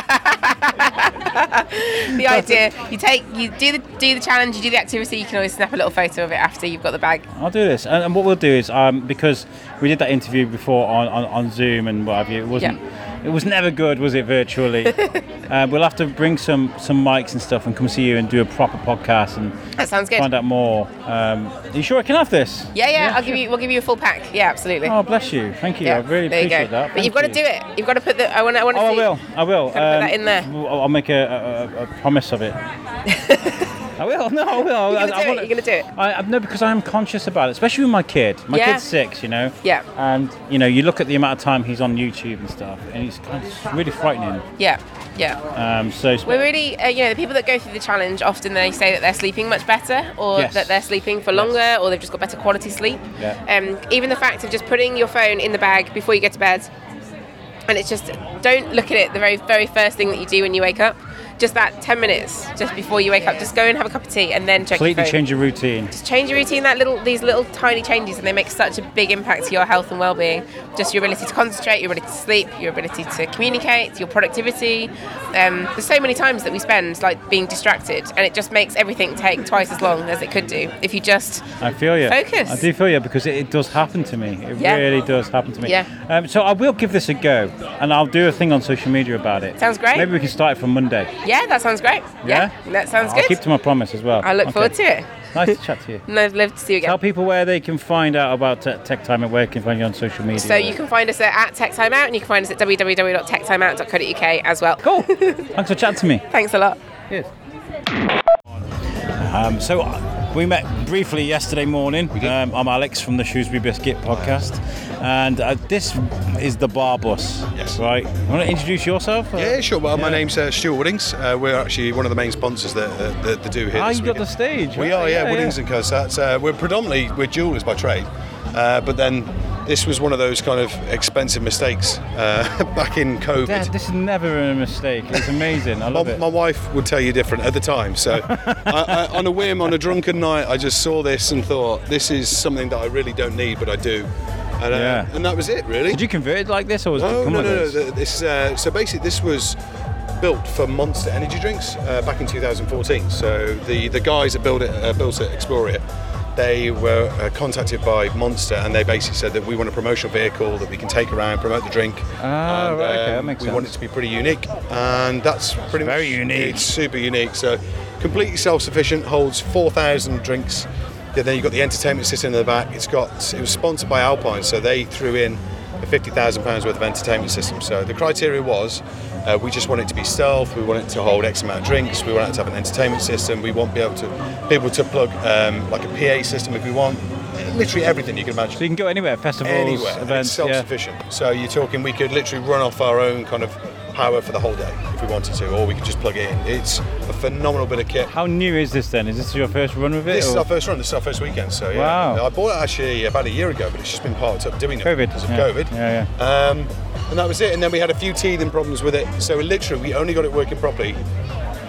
the idea you take you do the do the challenge you do the activity you can always snap a little photo of it after you've got the bag I'll do this. And, and what we'll do is um, because we did that interview before on, on, on Zoom and what have you. It wasn't. It was never good, was it? Virtually. uh, we'll have to bring some some mics and stuff and come see you and do a proper podcast and that sounds good find out more. Um, are you sure I can have this? yeah yeah, i'll give you we'll give you a full pack yeah absolutely Oh, bless you. Thank you. I really there you appreciate go that. but Thank you've got to you. do it you've got to put the i want to i want to Oh, I see will. I will. um, Gotta put that in there. I'll I'll make a, a, a- a promise of it. I will. No, I will. You're Oh, I, gonna I do it, wanna- you're gonna do it. I, I, no, because I'm conscious about it, especially with my kid. My Yeah. kid's six, you know. Yeah. And you know, you look at the amount of time he's on YouTube and stuff, and it's kind of really frightening. yeah yeah Um, so we're really uh, you know the people that go through the challenge often they say that they're sleeping much better or Yes. that they're sleeping for longer or they've just got better quality sleep yeah. um, even the fact of just putting your phone in the bag before you go to bed and it's just don't look at it the very very first thing that you do when you wake up just that 10 minutes just before you wake up just go and have a cup of tea and then check Completely your phone. change your routine. Just change your routine that little these little tiny changes and they make such a big impact to your health and well-being just your ability to concentrate your ability to sleep your ability to communicate your productivity um, there's so many times that we spend like being distracted and it just makes everything take twice as long as it could do if you just I feel you. Focus. I do feel you because it, it does happen to me. It Yeah. really does happen to me. Yeah. Um, so I will give this a go, and I'll do a thing on social media about it. Sounds great. Maybe we can start it from Monday. yeah that sounds great Yeah? that sounds I'll good keep to my promise as well. I look Okay. forward to it. Nice to chat to you. And I'd love to see you again. Tell people where they can find out about Te- Tech Time and where they can find you on social media. So you can find us at, at Tech Time Out and you can find us at www.techtimeout.co.uk as well. Cool. Thanks for chatting to me. Thanks a lot. Um, so I- We met briefly yesterday morning. Um, I'm Alex from the Shrewsbury Biscuit podcast, and uh, this is the bar bus. Yes. Right. You want to introduce yourself? Yeah, sure. Well, my Yeah. name's uh, Stuart Woodings. Uh, we're actually one of the main sponsors that, uh, that they do here. Ah, this you got weekend. the stage, We right? are, yeah. Yeah, Woodings yeah. and Cosats. Uh, we're predominantly we're jewelers by trade, uh, but then this was one of those kind of expensive mistakes uh, back in COVID. Dad, this is never a mistake. It's amazing. I love my, it. my wife would tell you different at the time. So, I, I, on a whim, on a drunken night, I just saw this and thought, this is something that I really don't need, but I do. And, uh, Yeah. and that was it, really. Did you convert it like this, or was it no, come Oh, no, like no, this? no. th- This uh, so basically this was built for Monster Energy drinks uh, back in 2014. So the the guys that built it uh, built it Exploria. They were uh, contacted by Monster, and they basically said that we want a promotional vehicle that we can take around, promote the drink. Ah, and, right, okay, that um, makes We want it sense. to be pretty unique, and that's pretty very unique. It's super unique. So completely self-sufficient, holds 4,000 drinks. Yeah, then you've got the entertainment system in the back. It's got. It was sponsored by Alpine, so they threw in a fifty thousand pounds worth of entertainment system. So the criteria was, uh, we just want it to be stealth. We want it to hold X amount of drinks. We want it to have an entertainment system. We want be able to people to plug um, like a PA system if we want. Literally everything you can imagine. So you can go anywhere, festivals, Anywhere. and events, it's yeah. self-sufficient. So you're talking we could literally run off our own kind of power for the whole day if we wanted to, or we could just plug it in. It's a phenomenal bit of kit. How new is this then? Is this your first run with it? This is or- our first run. This is our first weekend. So yeah, Wow. I bought it actually about a year ago, but it's just been parked up doing it COVID. because of yeah. COVID. Yeah, yeah. Um, and that was it. And then we had a few teething problems with it. So literally, we only got it working properly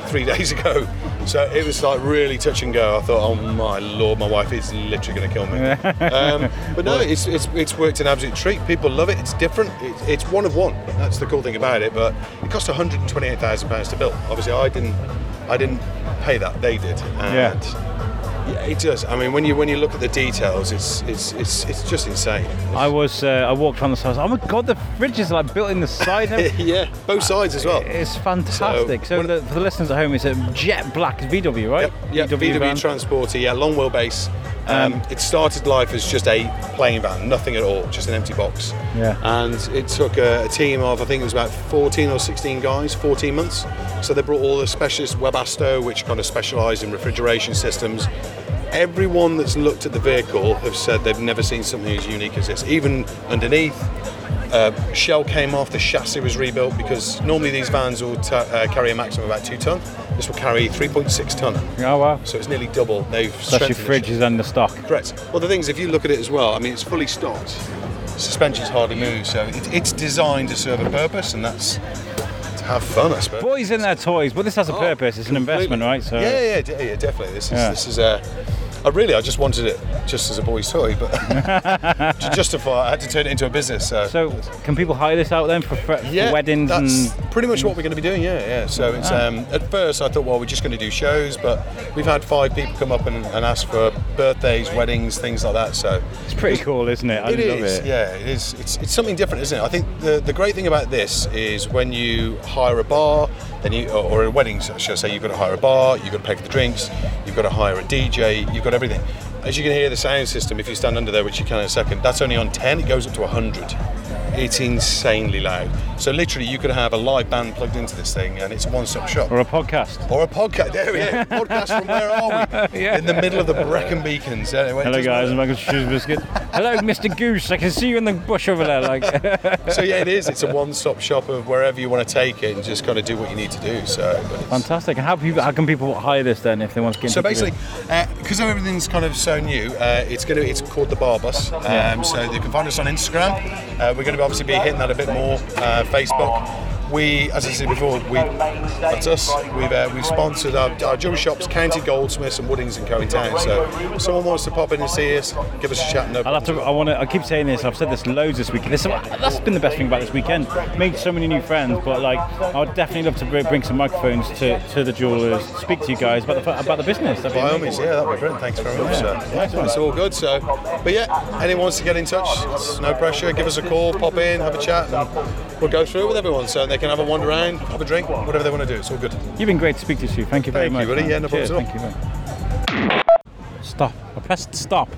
three days ago. So it was like really touch and go. I thought, oh my lord, my wife is literally going to kill me. um, but no, it's, it's it's worked an absolute treat. People love it. It's different. It's, it's one of one. That's the cool thing about it. But it cost 128 thousand pounds to build. Obviously, I didn't I didn't pay that. They did. And Yeah. yeah, it does. I mean, when you when you look at the details, it's it's it's, it's just insane. I was. Uh, I walked around the side. I was, Oh my god, the fridge is like built in the side. Uh, yeah, both sides as well. It's fantastic. So, the, for the listeners at home, it's a jet black VW, right? Yeah, VW van. transporter. Yeah, long wheelbase. Um, it started life as just a playing van, nothing at all, just an empty box. Yeah. And it took a, a team of, I think it was about 14 or 16 guys, 14 months. So they brought all the specialists, Webasto, which kind of specialise in refrigeration systems. Everyone that's looked at the vehicle have said they've never seen something as unique as this. Even underneath, uh, shell came off, the chassis was rebuilt because normally these vans will ta uh, carry a maximum of about two ton. This will carry 3.6 ton. Oh wow. So it's nearly double. They've That's your strengthened it. fridges and the stock. Correct. Well, the thing is, if you look at it as well, I mean, it's fully stocked. Suspension's hardly moved, so it, it's designed to serve a purpose, and that's to have fun, I suppose. Oh, Boys in their toys, but this has a purpose. It's an investment, right? So yeah, yeah, yeah, yeah, definitely. This is Yeah. this is a. I really, I just wanted it just as a boy's toy, but to justify, I had to turn it into a business. So, can people hire this out then for, for, for yeah, weddings that's and? pretty much what we're going to be doing. Yeah, yeah. So it's Ah. um, at first I thought, well, we're just going to do shows, but we've had five people come up and, and ask for birthdays, weddings, things like that. So It's pretty cool, isn't it? I it love is, it. yeah, it is. It's, it's something different, isn't it? I think the, the great thing about this is when you hire a bar, then you or, or a wedding, should I say, you've got to hire a bar, you've got to pay for the drinks, you've got to hire a DJ, you've got everything. As you can hear, the sound system, if you stand under there, which you can in a second, that's only on 10, it goes up to 100. It's insanely loud. So literally, you could have a live band plugged into this thing, and it's a one-stop shop. Or a podcast. Or a podcast. There we are. podcast from where are we? In the middle of the Brecon Beacons. eh? Anyway, it Hello doesn't guys, matter. I'm Michael Shoes Biscuit. Hello, Mr. Goose. I can see you in the bush over there. Like, so yeah, it is. It's a one-stop shop of wherever you want to take it and just kind of do what you need to do. So, but fantastic. How people? How can people hire this then if they want to get? so into basically, this? because everything's kind of so new, uh, it's gonna it's called the Bar Bus. Um, Yeah. So you can find us on Instagram. Uh, we're going to obviously be hitting that a bit more. Uh, Facebook. We, as I said before, we that's us. We've uh, we've sponsored our, our jewelry shops, County Goldsmiths and Woodings and Co in town. So if someone wants to pop in and see us, give us a chat. No I'll have to. I want to. I keep saying this. I've said this loads this weekend. This, that's been the best thing about this weekend. Made so many new friends. But like, I would definitely love to bring, bring some microphones to, to the jewelers. Speak to you guys about the about the business. That'd be By all amazing. means, yeah, that'd be brilliant. Thanks very much, Yeah. sir. Nice one. It's all good. So, but yeah, anyone wants to get in touch, it's no pressure. Give us a call, pop in, have a chat, and we'll go through it with everyone. So they can have a wander around, have a drink, whatever they want to do. It's all good. You've been great to speak to you. Thank you very Thank much. you, buddy. man. Yeah, no Cheers. problem at Thank you. mate. Stop. I pressed stop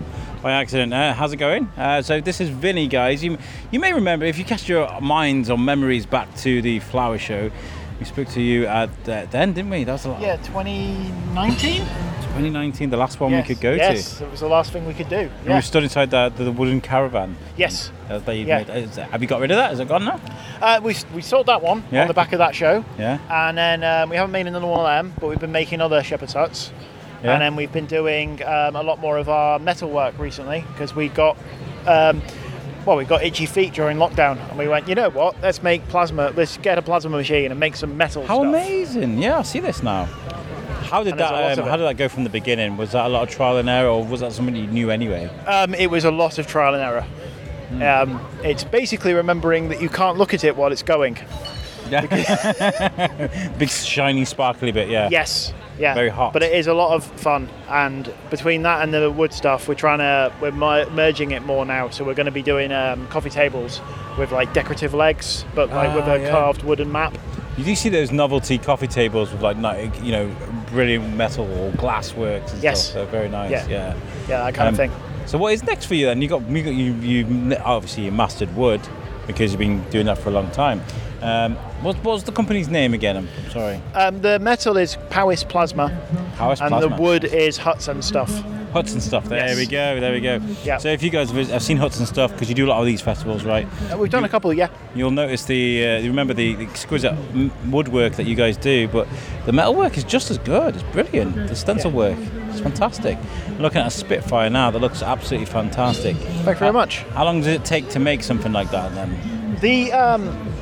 by accident. Uh, how's it going? Uh, so this is Vinny, guys. You you may remember if you cast your minds or memories back to the flower show. We spoke to you at uh, then, didn't we? That was a lot. Yeah, 2019. 2019, the last one Yes. we could go yes, to. it was the last thing we could do. And Yeah. we stood inside the, the, wooden caravan. Yes. That they Yeah. made. Is, have you got rid of that? Is it gone now? Uh, we, we sold that one Yeah. on the back of that show. Yeah. And then um, we haven't made another one of them, but we've been making other shepherd's huts. Yeah. And then we've been doing um, a lot more of our metal work recently because we got, um, well, we got itchy feet during lockdown, and we went, you know what? Let's make plasma. Let's get a plasma machine and make some metal. How stuff. amazing! Yeah, I see this now. How did And there's a lot that? Um, of it. how did that go from the beginning? Was that a lot of trial and error, or was that somebody you knew anyway? Um, it was a lot of trial and error. Hmm. Um, it's basically remembering that you can't look at it while it's going. Yeah. Big shiny sparkly bit. Yeah. Yes. Yeah. Very hot. But it is a lot of fun, and between that and the wood stuff, we're trying to we're mi- merging it more now. So we're going to be doing um, coffee tables with like decorative legs, but like with Ah, a yeah. carved wooden map. You do see those novelty coffee tables with like, ni- you know, brilliant metal or glass works and Yes. stuff. So very nice. Yeah. Um, Yeah. Yeah, that kind of thing. So what is next for you then? You got you, got, you, you obviously you mastered wood because you've been doing that for a long time. Um, what what was the company's name again? I'm, I'm sorry. Um, the metal is Powis Plasma, Powis and Plasma. the wood is huts and stuff. Huts and stuff. There Yes. we go. There we go. Yeah. So if you guys, have I've seen Huts and stuff because you do a lot of these festivals, right? Uh, we've done a couple, yeah. You'll notice the uh, you remember the, the exquisite m- woodwork that you guys do, but the metalwork is just as good. It's brilliant. The stencil work, it's fantastic. I'm looking at a Spitfire now that looks absolutely fantastic. Thank you very much. How long does it take to make something like that then? The um,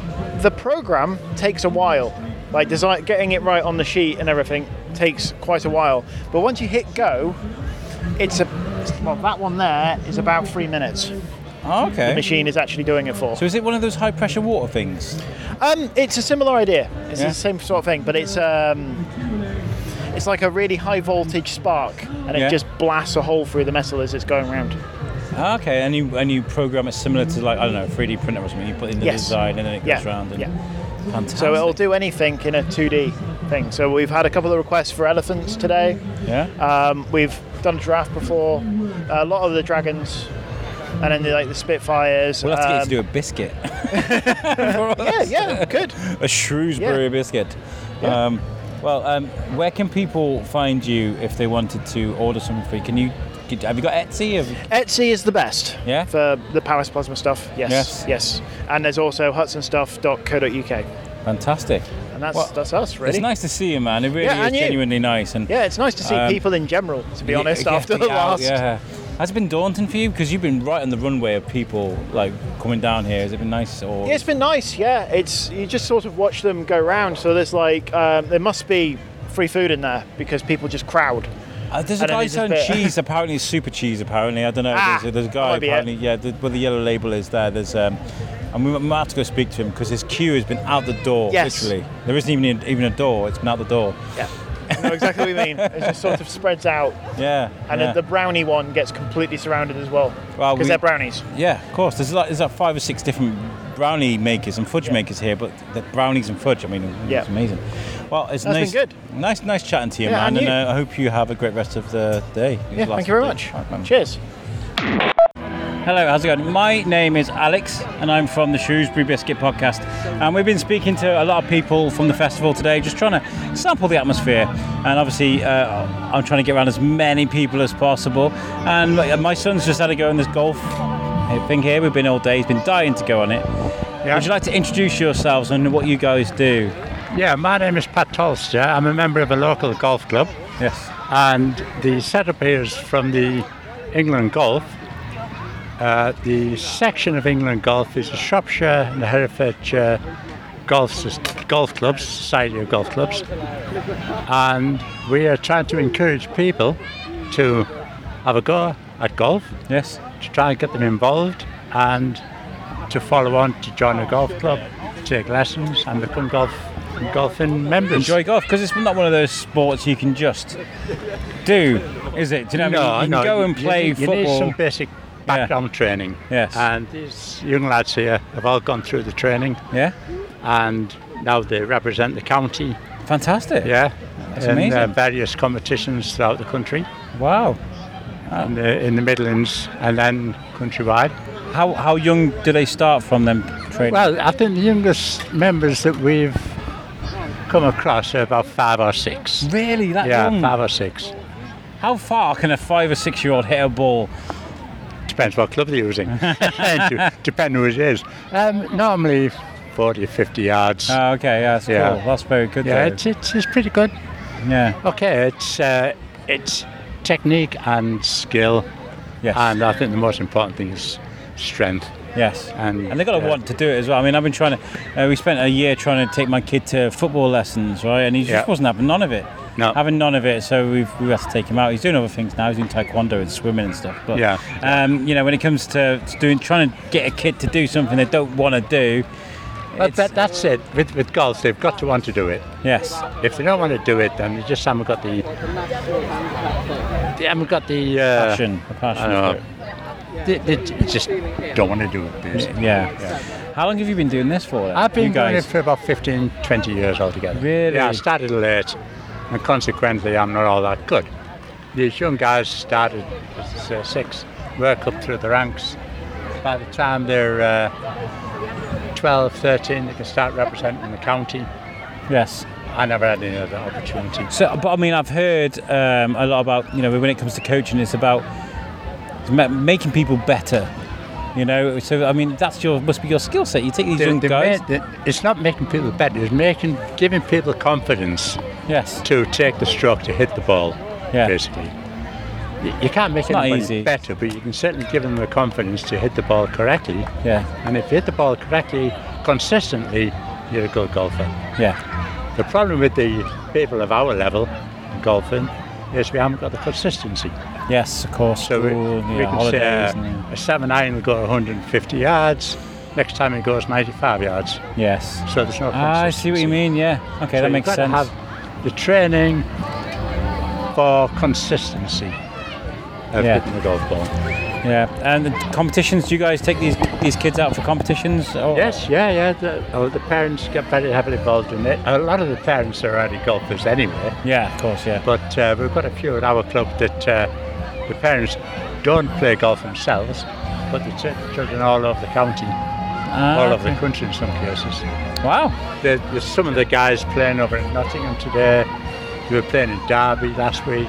the program takes a while. Like design, getting it right on the sheet and everything takes quite a while. But once you hit go, it's a well that one there is about three minutes. Oh, okay. The machine is actually doing it for. So is it one of those high pressure water things? Um, it's a similar idea. It's Yeah. the same sort of thing, but it's um, it's like a really high voltage spark, and it Yeah. just blasts a hole through the metal as it's going round. Ah, Okay, and you and you program it similar to like I don't know, 3D printer or something. You put in the Yes. design and then it goes Yeah, round and yeah. fantastic. So it'll do anything in a 2D thing. So we've had a couple of requests for elephants today. yeah. Um, we've done a giraffe before. A lot of the dragons, and then the, like the Spitfires. We'll have to get you to um, do a biscuit. yeah, yeah, good. a Shrewsbury Yeah. biscuit. Um, well, um, where can people find you if they wanted to order something for you? Can you? could- Have you got Etsy? Have you- Etsy is the best yeah? for the Paris Plasma stuff. Yes, Yes. yes, And there's also hutsonstuff.co.uk, Fantastic. and that's Well, that's us really. It's nice to see you, man. It really Yeah, is and you. genuinely nice. And Yeah, it's nice to see um, people in general. To be yeah, honest, after the getting out, last. yeah. Has it been daunting for you? Because you've been right on the runway of people like coming down here. Has it been nice? Or Yeah, it's been nice. Yeah, it's you just sort of watch them go round. So there's like um, there must be free food in there because people just crowd. Uh, there's a And then guy they just selling put- cheese. Apparently, it's super cheese. Apparently, I don't know. Ah, there's, there's a that guy might be it. apparently. Yeah, the, where the yellow label is there. There's um, and we might have to go speak to him because his queue has been out the door. Yes. Literally, there isn't even even a door. It's been out the door. Yeah. I know exactly what you mean. It just sort of spreads out, Yeah. and yeah. then the brownie one gets completely surrounded as well because Well, we- they're brownies. Yeah, of course. There's like, there's like five or six different brownie makers and fudge makers here, but the brownies and fudge, I mean, it's Yeah. amazing. Well, it's That's been nice, good. nice, nice chatting to you, Yeah, man. and you. uh, I hope you have a great rest of the day. It was Yeah, the last thank you very day. much. All right, man. Cheers. Hello, how's it going? My name is Alex, and I'm from the Shrewsbury Biscuit podcast. And we've been speaking to a lot of people from the festival today, just trying to sample the atmosphere. And obviously, uh, I'm trying to get around as many people as possible. And my my son's just had a go in this golf thing here. We've been all day. He's been dying to go on it. Would you like to introduce yourselves and what you guys do? Yeah, my name is Pat Tolster. I'm a member of a local golf club. Yes. And the setup here is from the England Golf. Uh, the section of England Golf is the Shropshire and the Herefordshire Golf, Sus- golf Clubs, Society of Golf Clubs. And we are trying to encourage people to have a go at golf. Yes. To try and get them involved and to follow on to join a golf club, take lessons and become golf golfing members. Enjoy golf because it's not one of those sports you can just do, is it? Do you know what I mean? You can go and you play need- you football. need some basic background training. Yes. And these young lads here have all gone through the training. Yeah. And now they represent the county. Fantastic. Yeah. That's in, uh, amazing. various competitions throughout the country. Wow. In, the, in the Midlands and then countrywide. How, how young do they start from them training? Well, I think the youngest members that we've come across are about five or six. Really? That yeah, young? five or six. How far can a five or six year old hit a ball? Depends what club they're using. Depends who it is. Um, normally 40, 50 yards. Oh, okay, yeah, that's cool. That's very good. Yeah, though. it's, it's, it's pretty good. Yeah. Okay, it's uh, it's technique and skill. Yes. And I think the most important thing is strength. Yes. And, And they've got to uh, want to do it as well. I mean, I've been trying to. Uh, we spent a year trying to take my kid to football lessons, right? And he just Yeah. wasn't having none of it. No. Having none of it, so we've we have to take him out. He's doing other things now. He's doing taekwondo and swimming and stuff. But Yeah. um, you know, when it comes to to doing trying to get a kid to do something they don't want to do, But that, that's it. With, with golf, they've got to want to do it. Yes. If they don't want to do it, then they just haven't got the they haven't got the uh, Passion, the passion I don't for know. They, they j- just don't want to do it. Basically. Yeah. How long have you been doing this for? then? I've been you guys? doing it for about 15, 20 years altogether. Really? Yeah, I started late, and consequently, I'm not all that good. These young guys started at uh, six, work up through the ranks. By the time they're uh, 12, 13, they can start representing the county. Yes. I never had any other opportunity. So, but I mean, I've heard um, a lot about you know when it comes to coaching, it's about ma- making people better. You know, so I mean, that's your must be your skill set. You take these The- young the guys. ma- the- it's not making people better. It's making giving people confidence. Yes. To take the stroke to hit the ball. Yeah. Basically, you, you can't make It's not anybody easy. better, but you can certainly give them the confidence to hit the ball correctly. Yeah. And if you hit the ball correctly consistently, you're a good golfer. Yeah. The problem with the people of our level in golfing is we haven't got the consistency. Yes, of course. So we, we yeah, can say holidays uh, and- a seven iron will go 150 yards. Next time it goes 95 yards. Yes. So there's no. Ah, I see what you mean. Yeah. Okay, So that you've makes got to sense. have the training for consistency of Yeah. hitting the golf ball. Yeah. And the competitions? Do you guys take these these kids out for competitions? Oh. Or? Yes, yeah, yeah. The, oh, the parents get very heavily involved in it. A lot of the parents are already golfers anyway. Yeah, of course, yeah. But uh, we've got a few at our club that uh, the parents don't play golf themselves, but they take the children all over the county, all over the Ah, okay. country in some cases. Wow. There, there's some of the guys playing over in Nottingham today. They were playing in Derby last week.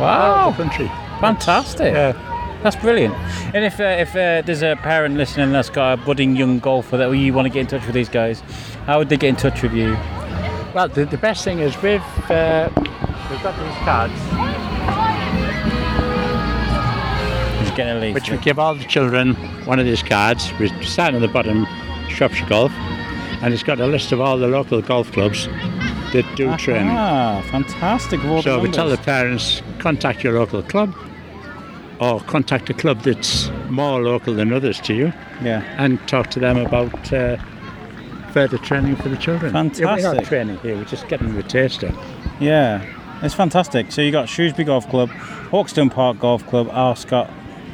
All over the country. Fantastic. Yeah. That's brilliant. And if uh, if uh, there's a parent listening that's got a budding young golfer that you want to get in touch with these guys, how would they get in touch with you? Well, the, the best thing is we've uh, we've got these cards. Which we give all the children one of these cards. We sign on the bottom, Shropshire Golf, and it's got a list of all the local golf clubs that do training. Ah, fantastic. We've all So the we tell the numbers. parents contact your local club, or contact a club that's more local than others to you, Yeah. and talk to them about uh, further training for the children. We're Fantastic. not training here; we're just getting the taster. Yeah, it's fantastic. So you got Shrewsbury Golf Club, Hawkstone Park Golf Club, Arscott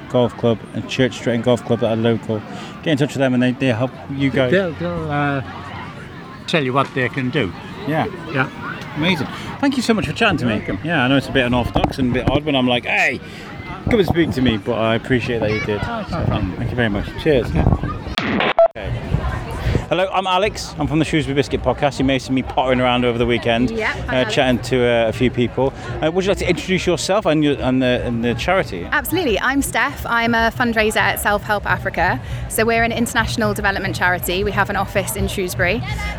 Golf Club, and Church Street Golf Club that are local. Get in touch with them, and they they help you guys. They'll, they'll uh, tell you what they can do. Yeah. Yeah. Amazing. Thank you so much for chatting to me. Yeah, I know it's a bit unorthodox and a bit odd when I'm like, hey, come and speak to me, but I appreciate that you did. Um, Thank you very much. Cheers. Okay. Hello, I'm Alex. I'm from the Shrewsbury Biscuit podcast. You may have seen me pottering around over the weekend, Yeah, hi, uh, Alex. chatting to uh, a few people. Uh, would you like to introduce yourself and, your, and, the, and the charity? Absolutely. I'm Steph. I'm a fundraiser at Self Help Africa. So we're an international development charity. We have an office in Shrewsbury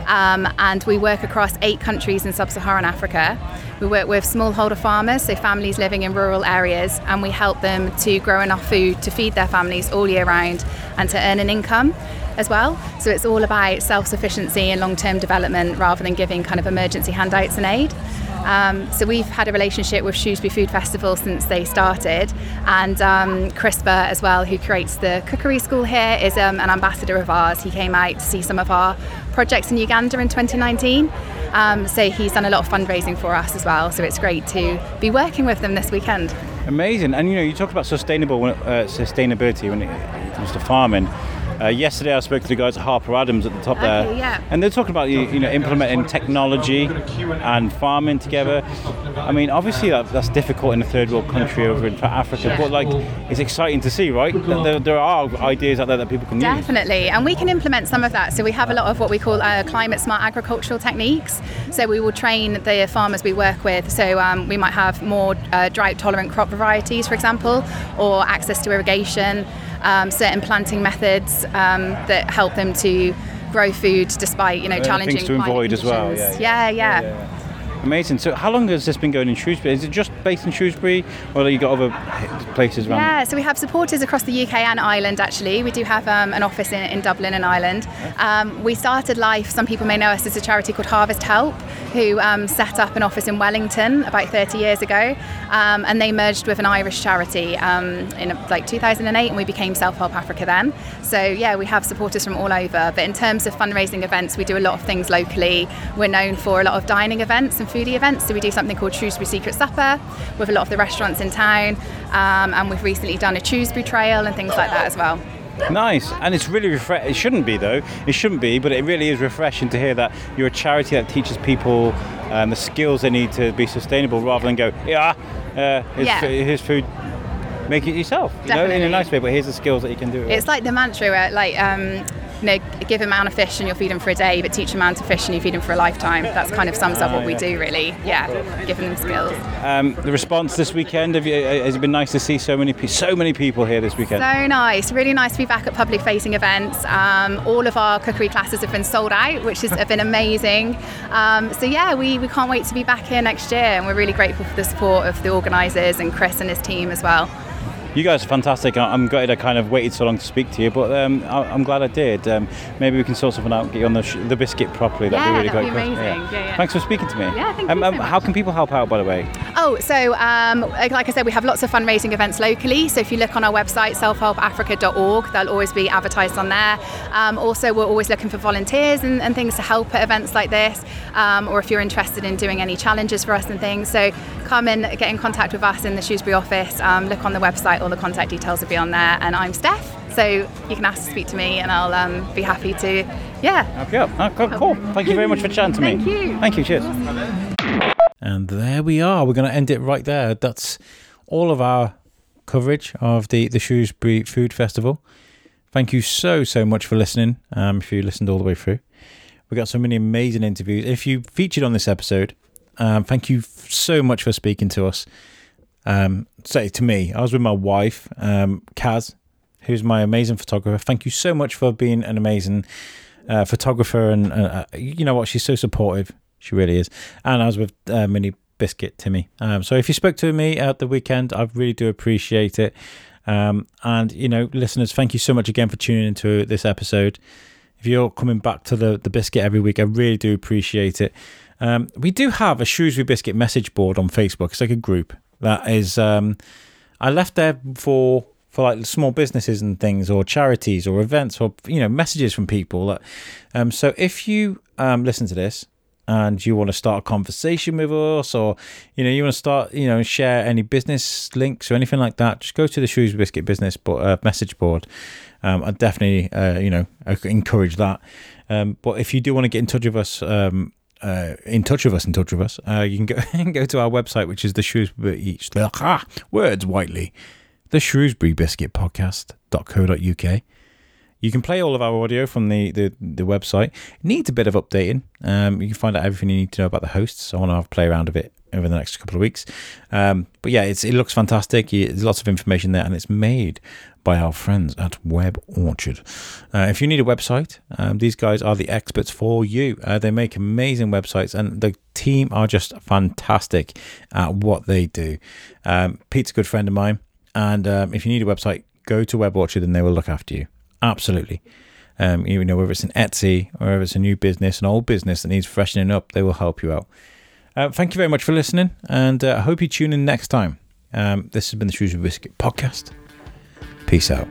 um, and we work across eight countries in sub Saharan Africa. We work with smallholder farmers, so families living in rural areas, and we help them to grow enough food to feed their families all year round and to earn an income as well. So it's all about self sufficiency and long term development rather than giving kind of emergency handouts and aid. Um, so we've had a relationship with Shrewsbury Food Festival since they started, and um, CRISPR as well, who creates the cookery school here, is um, an ambassador of ours. He came out to see some of our projects in Uganda in 2019. Um, so he's done a lot of fundraising for us as well. So it's great to be working with them this weekend. Amazing. And you know, you talk about sustainable when- uh, sustainability when it comes to farming. Uh, yesterday, I spoke to the guys at Harper Adams at the top there, Okay, yeah. and they're talking about you, you know implementing technology and farming together. I mean, obviously that, that's difficult in a third world country over in Africa, but like it's exciting to see, right? That there, there are ideas out there that people can use. Definitely, and we can implement some of that. So we have a lot of what we call uh, climate smart agricultural techniques. So we will train the farmers we work with. So um, we might have more uh, drought tolerant crop varieties, for example, or access to irrigation, um, certain planting methods um, that help them to grow food despite you know Uh, challenging things to climate avoid as well, conditions. yeah, yeah. Amazing. So, how long has this been going in Shrewsbury? Is it just based in Shrewsbury, or have you got other places around? Yeah, so we have supporters across the UK and Ireland actually. We do have um, an office in, in Dublin and Ireland. Um, we started life, some people may know us as a charity called Harvest Help, who um, set up an office in Wellington about 30 years ago. Um, and they merged with an Irish charity um, in uh, like 2008, and we became Self Help Africa then. So yeah, we have supporters from all over. But in terms of fundraising events, we do a lot of things locally. We're known for a lot of dining events and foodie events. So we do something called Shrewsbury Secret Supper with a lot of the restaurants in town. Um, and we've recently done a Shrewsbury Trail and things like that as well. Nice, and it's really refreshing. It shouldn't be though. It shouldn't be, but it really is refreshing to hear that you're a charity that teaches people um, the skills they need to be sustainable, rather than go, yeah, uh, here's, Yeah. Food, here's food, make it yourself. You know, in a Definitely. nice way. But here's the skills that you can do. it It's like the mantra where like um, you know, give a man a fish and you'll feed him for a day, but teach a man to fish and you feed him for a lifetime. That's kind of sums up Ah, what we yeah. do really. Yeah, giving them skills. with. Um, the response this weekend. Have you, uh, has it been nice to see so many pe- so many people here this weekend? So nice, really nice to be back at public facing events. Um, all of our cookery classes have been sold out, which has have been amazing. Um, so yeah, we, we can't wait to be back here next year, and we're really grateful for the support of the organisers and Chris and his team as well. You guys are fantastic. I- I'm gutted I kind of waited so long to speak to you, but um, I- I'm glad I did. Um, maybe we can sort something out, get you on the, sh- the biscuit properly. That'd Yeah, be really that'd be great. question. amazing. Yeah, yeah. Thanks for speaking to me. Yeah, thank um, you um, so How can people help out, by the way? Oh, so um, like like I said, we have lots of fundraising events locally. So if you look on our website, selfhelpafrica.org, they'll always be advertised on there. Um, also, we're always looking for volunteers and, and things to help at events like this, um, or if you're interested in doing any challenges for us and things. So come and get in contact with us in the Shrewsbury office. Um, look on the website, all the contact details will be on there. And I'm Steph, so you can ask to speak to me, and I'll um, be happy to, yeah. Okay, oh, cool, cool. Thank you very much for chatting to me. Thank you. Thank you. Cheers. And there we are. We're going to end it right there. That's all of our coverage of the, the Shrewsbury Food Festival. Thank you so, so much for listening. Um, if you listened all the way through, we got so many amazing interviews. If you featured on this episode, um, thank you f- so much for speaking to us. Um, say to me, I was with my wife, um, Kaz, who's my amazing photographer. Thank you so much for being an amazing uh, photographer, and uh, uh, you know what? She's so supportive. She really is. And I was with uh, Mini Biscuit Timmy. Um, so if you spoke to me at the weekend, I really do appreciate it. Um, and you know, listeners, thank you so much again for tuning into this episode. If you're coming back to the the biscuit every week, I really do appreciate it. Um, we do have a Shrewsbury Biscuit message board on Facebook. It's like a group that is. Um, I left there for for like small businesses and things, or charities, or events, or you know messages from people. That, um, so if you um, listen to this and you want to start a conversation with us, or you know you want to start you know share any business links or anything like that, just go to the Shoes Biscuit Business bo- uh, message board. Um, I definitely uh, you know I could encourage that. Um, but if you do want to get in touch with us. Um, uh, in touch with us, in touch with us. Uh, you can go go to our website, which is the Shrewsbury ah, words whitely, the Shrewsbury Biscuit Podcast.co.uk. You can play all of our audio from the, the, the website. It needs a bit of updating. Um, you can find out everything you need to know about the hosts. I want to have a play around of it over the next couple of weeks. Um, but yeah, it's, it looks fantastic. You- There's lots of information there, and it's made by our friends at Web Orchard. Uh, if you need a website, um, these guys are the experts for you. Uh, they make amazing websites, and the team are just fantastic at what they do. Um, Pete's a good friend of mine. And um, if you need a website, go to Web Orchard and they will look after you. Absolutely. Um, you know, whether it's an Etsy or whether it's a new business, an old business that needs freshening up, they will help you out. Uh, thank you very much for listening. And uh, I hope you tune in next time. Um, this has been the Shrewsbury Biscuit Podcast. Peace out.